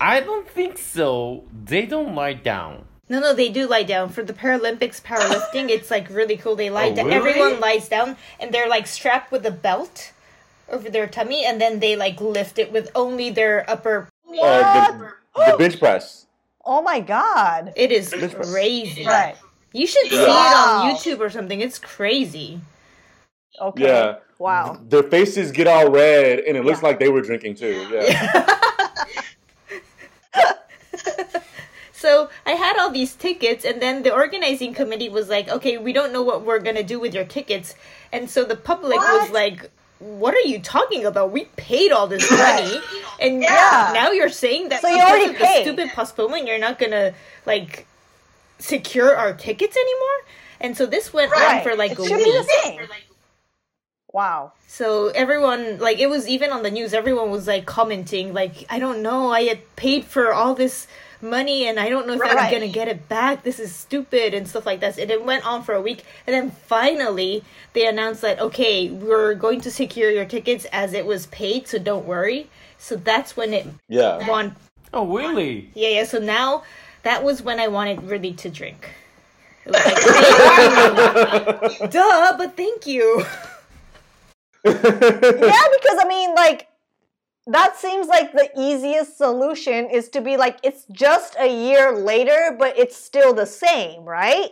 Speaker 3: I don't think so. They don't lie down.
Speaker 4: no, no. They do lie down for the Paralympics powerlifting. It's like really cool. They lie
Speaker 3: Oh,
Speaker 4: down.
Speaker 3: really?
Speaker 4: Everyone lies down and they're like strapped with a belt over their tummy, and then they like lift it with only their upper.
Speaker 1: Uh, the, the bench press.
Speaker 2: Oh my god.
Speaker 4: It is
Speaker 1: Bench press.
Speaker 4: crazy.
Speaker 2: Right.
Speaker 4: You should see
Speaker 2: Wow.
Speaker 4: it on YouTube or something. It's crazy.
Speaker 2: Okay.
Speaker 1: Yeah.
Speaker 2: Wow.
Speaker 1: Their faces get all red, and it looks like they were drinking too. Yeah.
Speaker 4: So I had all these tickets, and then the organizing committee was like, okay, we don't know what we're going to do with your tickets. And so the public was
Speaker 5: What?
Speaker 4: like, what are you talking about? We paid all this money, and
Speaker 2: Yeah.
Speaker 4: now you're saying that
Speaker 2: So you
Speaker 4: because
Speaker 2: already
Speaker 4: of
Speaker 2: paid.
Speaker 4: the stupid postponement, you're not going to like secure our tickets anymore. And so this went
Speaker 2: Right.
Speaker 4: on for like
Speaker 2: it
Speaker 4: a
Speaker 2: should be the
Speaker 4: week.
Speaker 2: same. Wow.
Speaker 4: So everyone, like, it was even on the news, everyone was like commenting, like, I don't know, I had paid for all this money and I don't know if
Speaker 2: Right.
Speaker 4: I'm gonna get it back. This is stupid and stuff like that. And it went on for a week. And then finally, they announced that, okay, we're going to secure your tickets as it was paid, so don't worry. So that's when it
Speaker 1: Yeah.
Speaker 4: won.
Speaker 3: Oh, really?
Speaker 4: Yeah, yeah. So now that was when I wanted really to drink. It was like, thank you. Duh, but thank you.
Speaker 2: Yeah, because I mean, like, that seems like the easiest solution is to be like, it's just a year later, but it's still the same, right?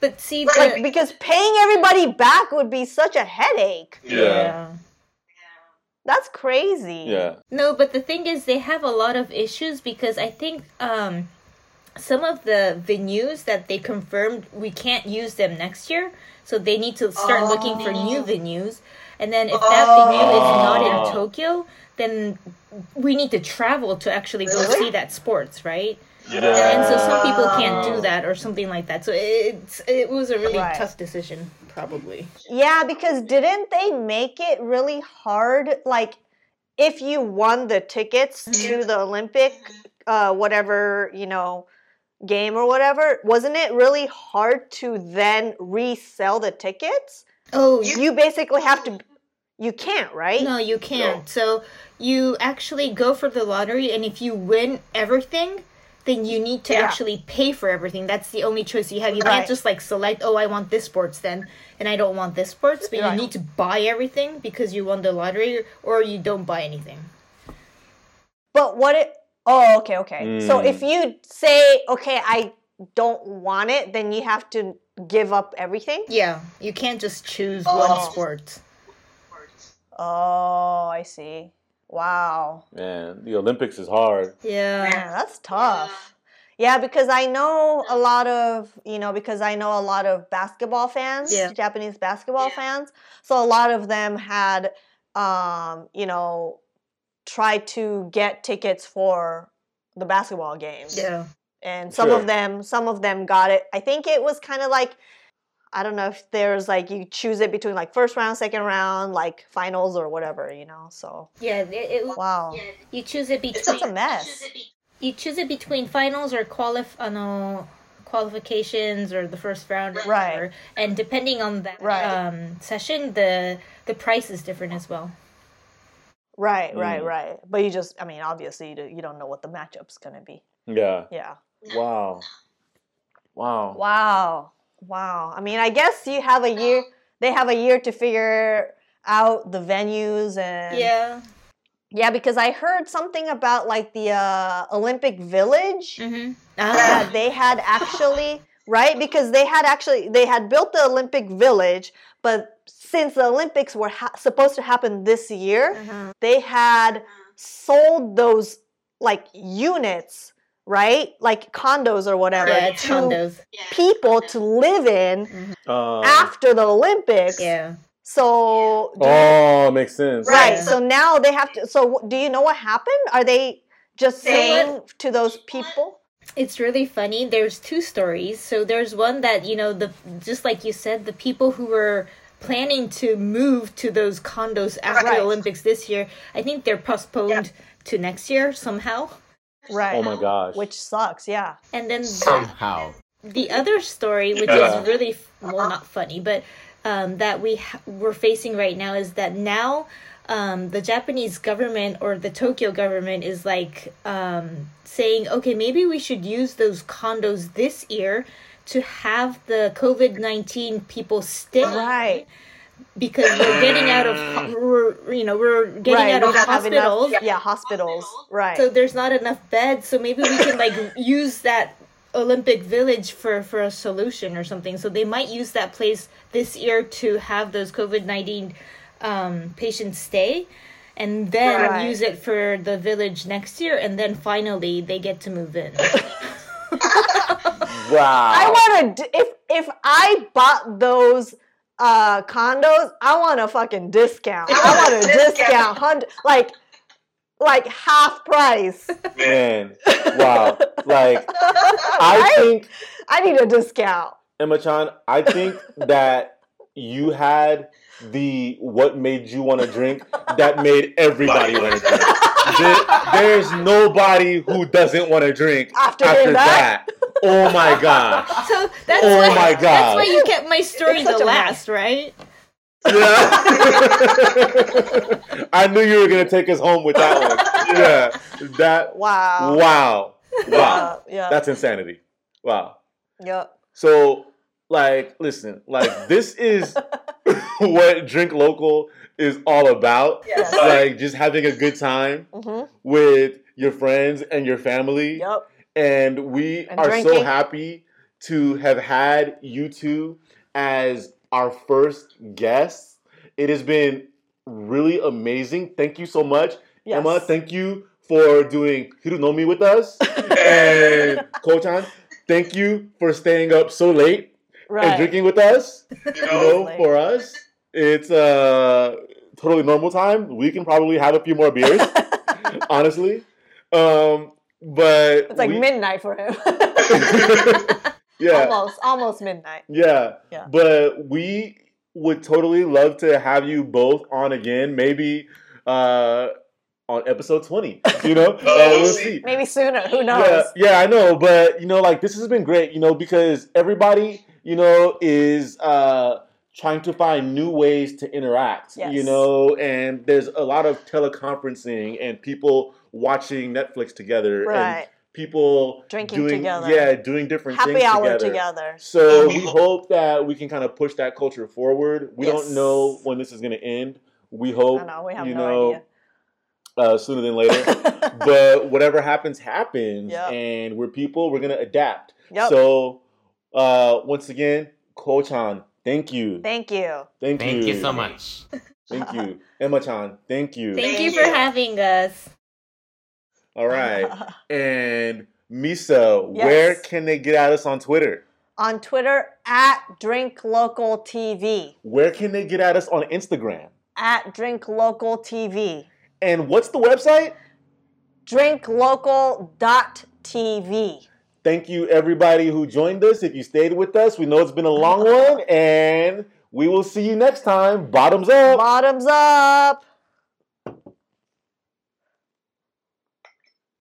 Speaker 4: But see,
Speaker 2: Like,
Speaker 4: the-
Speaker 2: because paying everybody back would be such a headache.
Speaker 1: Yeah.
Speaker 2: That's crazy.
Speaker 1: Yeah.
Speaker 4: No, but the thing is, they have a lot of issues because I think um, some of the venues that they confirmed we can't use them next year, so they need to start looking for new venues. And then if that venue is not in Tokyo, then we need to travel to actually go see that sports, right? And so some people can't do that or something like that. So it's it was a really
Speaker 2: Right.
Speaker 4: tough decision, probably.
Speaker 2: Yeah, because didn't they make it really hard? Like, if you won the tickets to the Olympic, uh, whatever, you know, game or whatever, wasn't it really hard to then resell the tickets?
Speaker 4: Oh,
Speaker 2: You basically have to, you can't, right?
Speaker 4: No, you can't. So you actually go for the lottery, and if you win everything, then you need to
Speaker 2: Yeah.
Speaker 4: actually pay for everything. That's the only choice you have. You
Speaker 2: Right.
Speaker 4: can't just like select, oh, I want this sports then, and I don't want this sports. But
Speaker 2: Right.
Speaker 4: you need to buy everything because you won the lottery, or you don't buy anything.
Speaker 2: But what it, oh, okay, okay. So if you say, okay, I don't want it, then you have to give up everything?
Speaker 4: Yeah, you can't just choose one sport.
Speaker 2: Oh, I see. Wow.
Speaker 1: Man, the Olympics is hard.
Speaker 4: Yeah.
Speaker 2: Yeah, that's tough. Yeah, because I know a lot of, you know, because I know a lot of basketball fans,
Speaker 4: Yeah.
Speaker 2: Japanese basketball fans. So a lot of them had, um, you know, tried to get tickets for the basketball games.
Speaker 4: Yeah.
Speaker 2: And some
Speaker 1: Sure.
Speaker 2: of them, some of them got it. I think it was kind of like, I don't know if there's like you choose it between like first round, second round, like finals or whatever, you know. So
Speaker 4: Yeah. It, it,
Speaker 2: wow,
Speaker 4: you choose it
Speaker 2: that's a
Speaker 4: between
Speaker 2: mess.
Speaker 4: you choose it between finals or qualif uh, no, qualifications or the first round or
Speaker 2: Right.
Speaker 4: whatever. and depending on that
Speaker 2: Right.
Speaker 4: um, session the the price is different as well
Speaker 2: Right, right,
Speaker 1: Mm.
Speaker 2: right. But you just, I mean, obviously, you do- you don't know what the matchup's going to be.
Speaker 1: Yeah.
Speaker 2: Yeah.
Speaker 1: Wow. Wow.
Speaker 2: Wow. Wow. I mean, I guess you have a year, they have a year to figure out the venues and.
Speaker 4: yeah
Speaker 2: Yeah, because I heard something about like the uh, Olympic Village
Speaker 4: mm-hmm.
Speaker 2: that Ah, they had actually, right? Because they had actually, they had built the Olympic Village, but since the Olympics
Speaker 4: Uh-huh.
Speaker 2: were ha- supposed to happen this year, they had sold those like units, right? Like condos or whatever.
Speaker 4: Yeah, it's
Speaker 2: to
Speaker 4: condos.
Speaker 2: People to live in
Speaker 1: Um,
Speaker 2: after the Olympics.
Speaker 4: Yeah.
Speaker 2: So
Speaker 1: oh, makes sense.
Speaker 2: Right.
Speaker 4: Yeah.
Speaker 2: So now they have to. So wh- do you know what happened? Are they just
Speaker 5: They-
Speaker 2: saying to those people?
Speaker 4: It's really funny. There's two stories. So there's one that, you know, the just like you said, the people who were planning to move to those condos after
Speaker 2: Right.
Speaker 4: the Olympics this year, I think they're postponed to next year somehow.
Speaker 2: Right.
Speaker 1: Oh my gosh.
Speaker 2: Which sucks. Yeah.
Speaker 4: And then
Speaker 3: Somehow.
Speaker 4: the other story, which
Speaker 1: Yeah.
Speaker 4: is really f- well, not funny, but um, that we ha- we're facing right now is that now um, the Japanese government or the Tokyo government is like um, saying, okay, maybe we should use those condos this year to have the COVID nineteen people stay
Speaker 2: Right.
Speaker 4: because we're getting out of ho- we're you know we're getting
Speaker 2: right.
Speaker 4: out of
Speaker 2: we don't have
Speaker 4: hospitals.
Speaker 2: Enough, yeah. Hospitals. Right.
Speaker 4: So there's not enough beds, so maybe we can like use that Olympic Village for for a solution or something. So they might use that place this year to have those COVID nineteen um, patients stay, and then
Speaker 2: Right.
Speaker 4: use it for the village next year, and then finally they get to move in.
Speaker 1: Wow.
Speaker 2: I want to. If if I bought those uh condos, I want a fucking discount. I want a
Speaker 5: Discount.
Speaker 2: discount. Hundred like like half price.
Speaker 1: Man, wow. Like, I think,
Speaker 2: I need a discount.
Speaker 1: Emma Chan, I think that you had the what made you want to drink that made everybody want to drink. There- there's nobody who doesn't want to drink
Speaker 2: After
Speaker 1: after that.
Speaker 2: that.
Speaker 1: Oh my gosh.
Speaker 4: So that's
Speaker 1: Oh
Speaker 4: why,
Speaker 1: my
Speaker 4: That's
Speaker 1: God.
Speaker 4: why you kept my story
Speaker 2: It's such
Speaker 4: the
Speaker 2: a mess.
Speaker 4: last, right?
Speaker 1: Yeah. I knew you were gonna take us home with that one. Yeah. That
Speaker 2: Wow.
Speaker 1: wow. Wow.
Speaker 2: Yeah.
Speaker 1: That's insanity. Wow.
Speaker 2: Yep.
Speaker 1: So like listen, like this is what Drink Local is all about.
Speaker 5: Yes.
Speaker 1: Like just having a good time
Speaker 2: Mhm.
Speaker 1: with your friends and your family.
Speaker 2: Yep.
Speaker 1: And we
Speaker 2: And
Speaker 1: are so
Speaker 2: drinking.
Speaker 1: happy to have had you two as our first guests. It has been really amazing. Thank you so much.
Speaker 2: Yes.
Speaker 1: Emma, thank you for doing Hirunomi with us. and Kochan, thank you for staying up so late and
Speaker 2: Right.
Speaker 1: drinking with us.
Speaker 5: You
Speaker 1: You know,
Speaker 2: Honestly.
Speaker 1: for us, it's uh totally normal time. We can probably have a few more beers, honestly. Um, but
Speaker 2: It's like
Speaker 1: we-
Speaker 2: midnight for him.
Speaker 1: yeah,
Speaker 2: Almost, almost midnight.
Speaker 1: yeah,
Speaker 2: Yeah.
Speaker 1: But we would totally love to have you both on again, maybe uh on episode twenty. You know, uh, we'll see.
Speaker 2: Maybe sooner. Who knows?
Speaker 1: Yeah, yeah, I know, but you know, like this has been great, you know, because everybody, you know, is uh trying to find new ways to interact, you
Speaker 2: Yes.
Speaker 1: know, and there's a lot of teleconferencing and people watching Netflix together and
Speaker 2: Right.
Speaker 1: people
Speaker 2: Drinking
Speaker 1: doing,
Speaker 2: together.
Speaker 1: yeah, doing different
Speaker 2: Happy
Speaker 1: things
Speaker 2: hour together. Mm-hmm.
Speaker 1: So we hope that we can kind of push that culture forward. We
Speaker 2: Yes.
Speaker 1: don't know when this is going to end. We hope,
Speaker 2: I know. We have
Speaker 1: you
Speaker 2: no
Speaker 1: know, uh, sooner than later
Speaker 2: idea.
Speaker 1: but whatever happens happens
Speaker 2: Yep.
Speaker 1: and we're people we're gonna adapt
Speaker 2: Yep.
Speaker 1: so uh once again ko-chan thank you
Speaker 2: Thank you.
Speaker 1: thank,
Speaker 3: Thank you so much.
Speaker 1: thank you emma-chan thank you
Speaker 4: Thank,
Speaker 5: Thank
Speaker 4: you for
Speaker 5: you.
Speaker 4: having us.
Speaker 1: all right and miso
Speaker 2: Yes.
Speaker 1: where can they get at us on twitter
Speaker 2: On Twitter at Drink Local TV.
Speaker 1: where can they get at us on instagram
Speaker 2: At Drink Local TV.
Speaker 1: and what's the website
Speaker 2: Drinklocal.tv.
Speaker 1: thank you everybody who joined us if you stayed with us we know it's been a long one and we will see you next time bottoms up
Speaker 2: Bottoms up.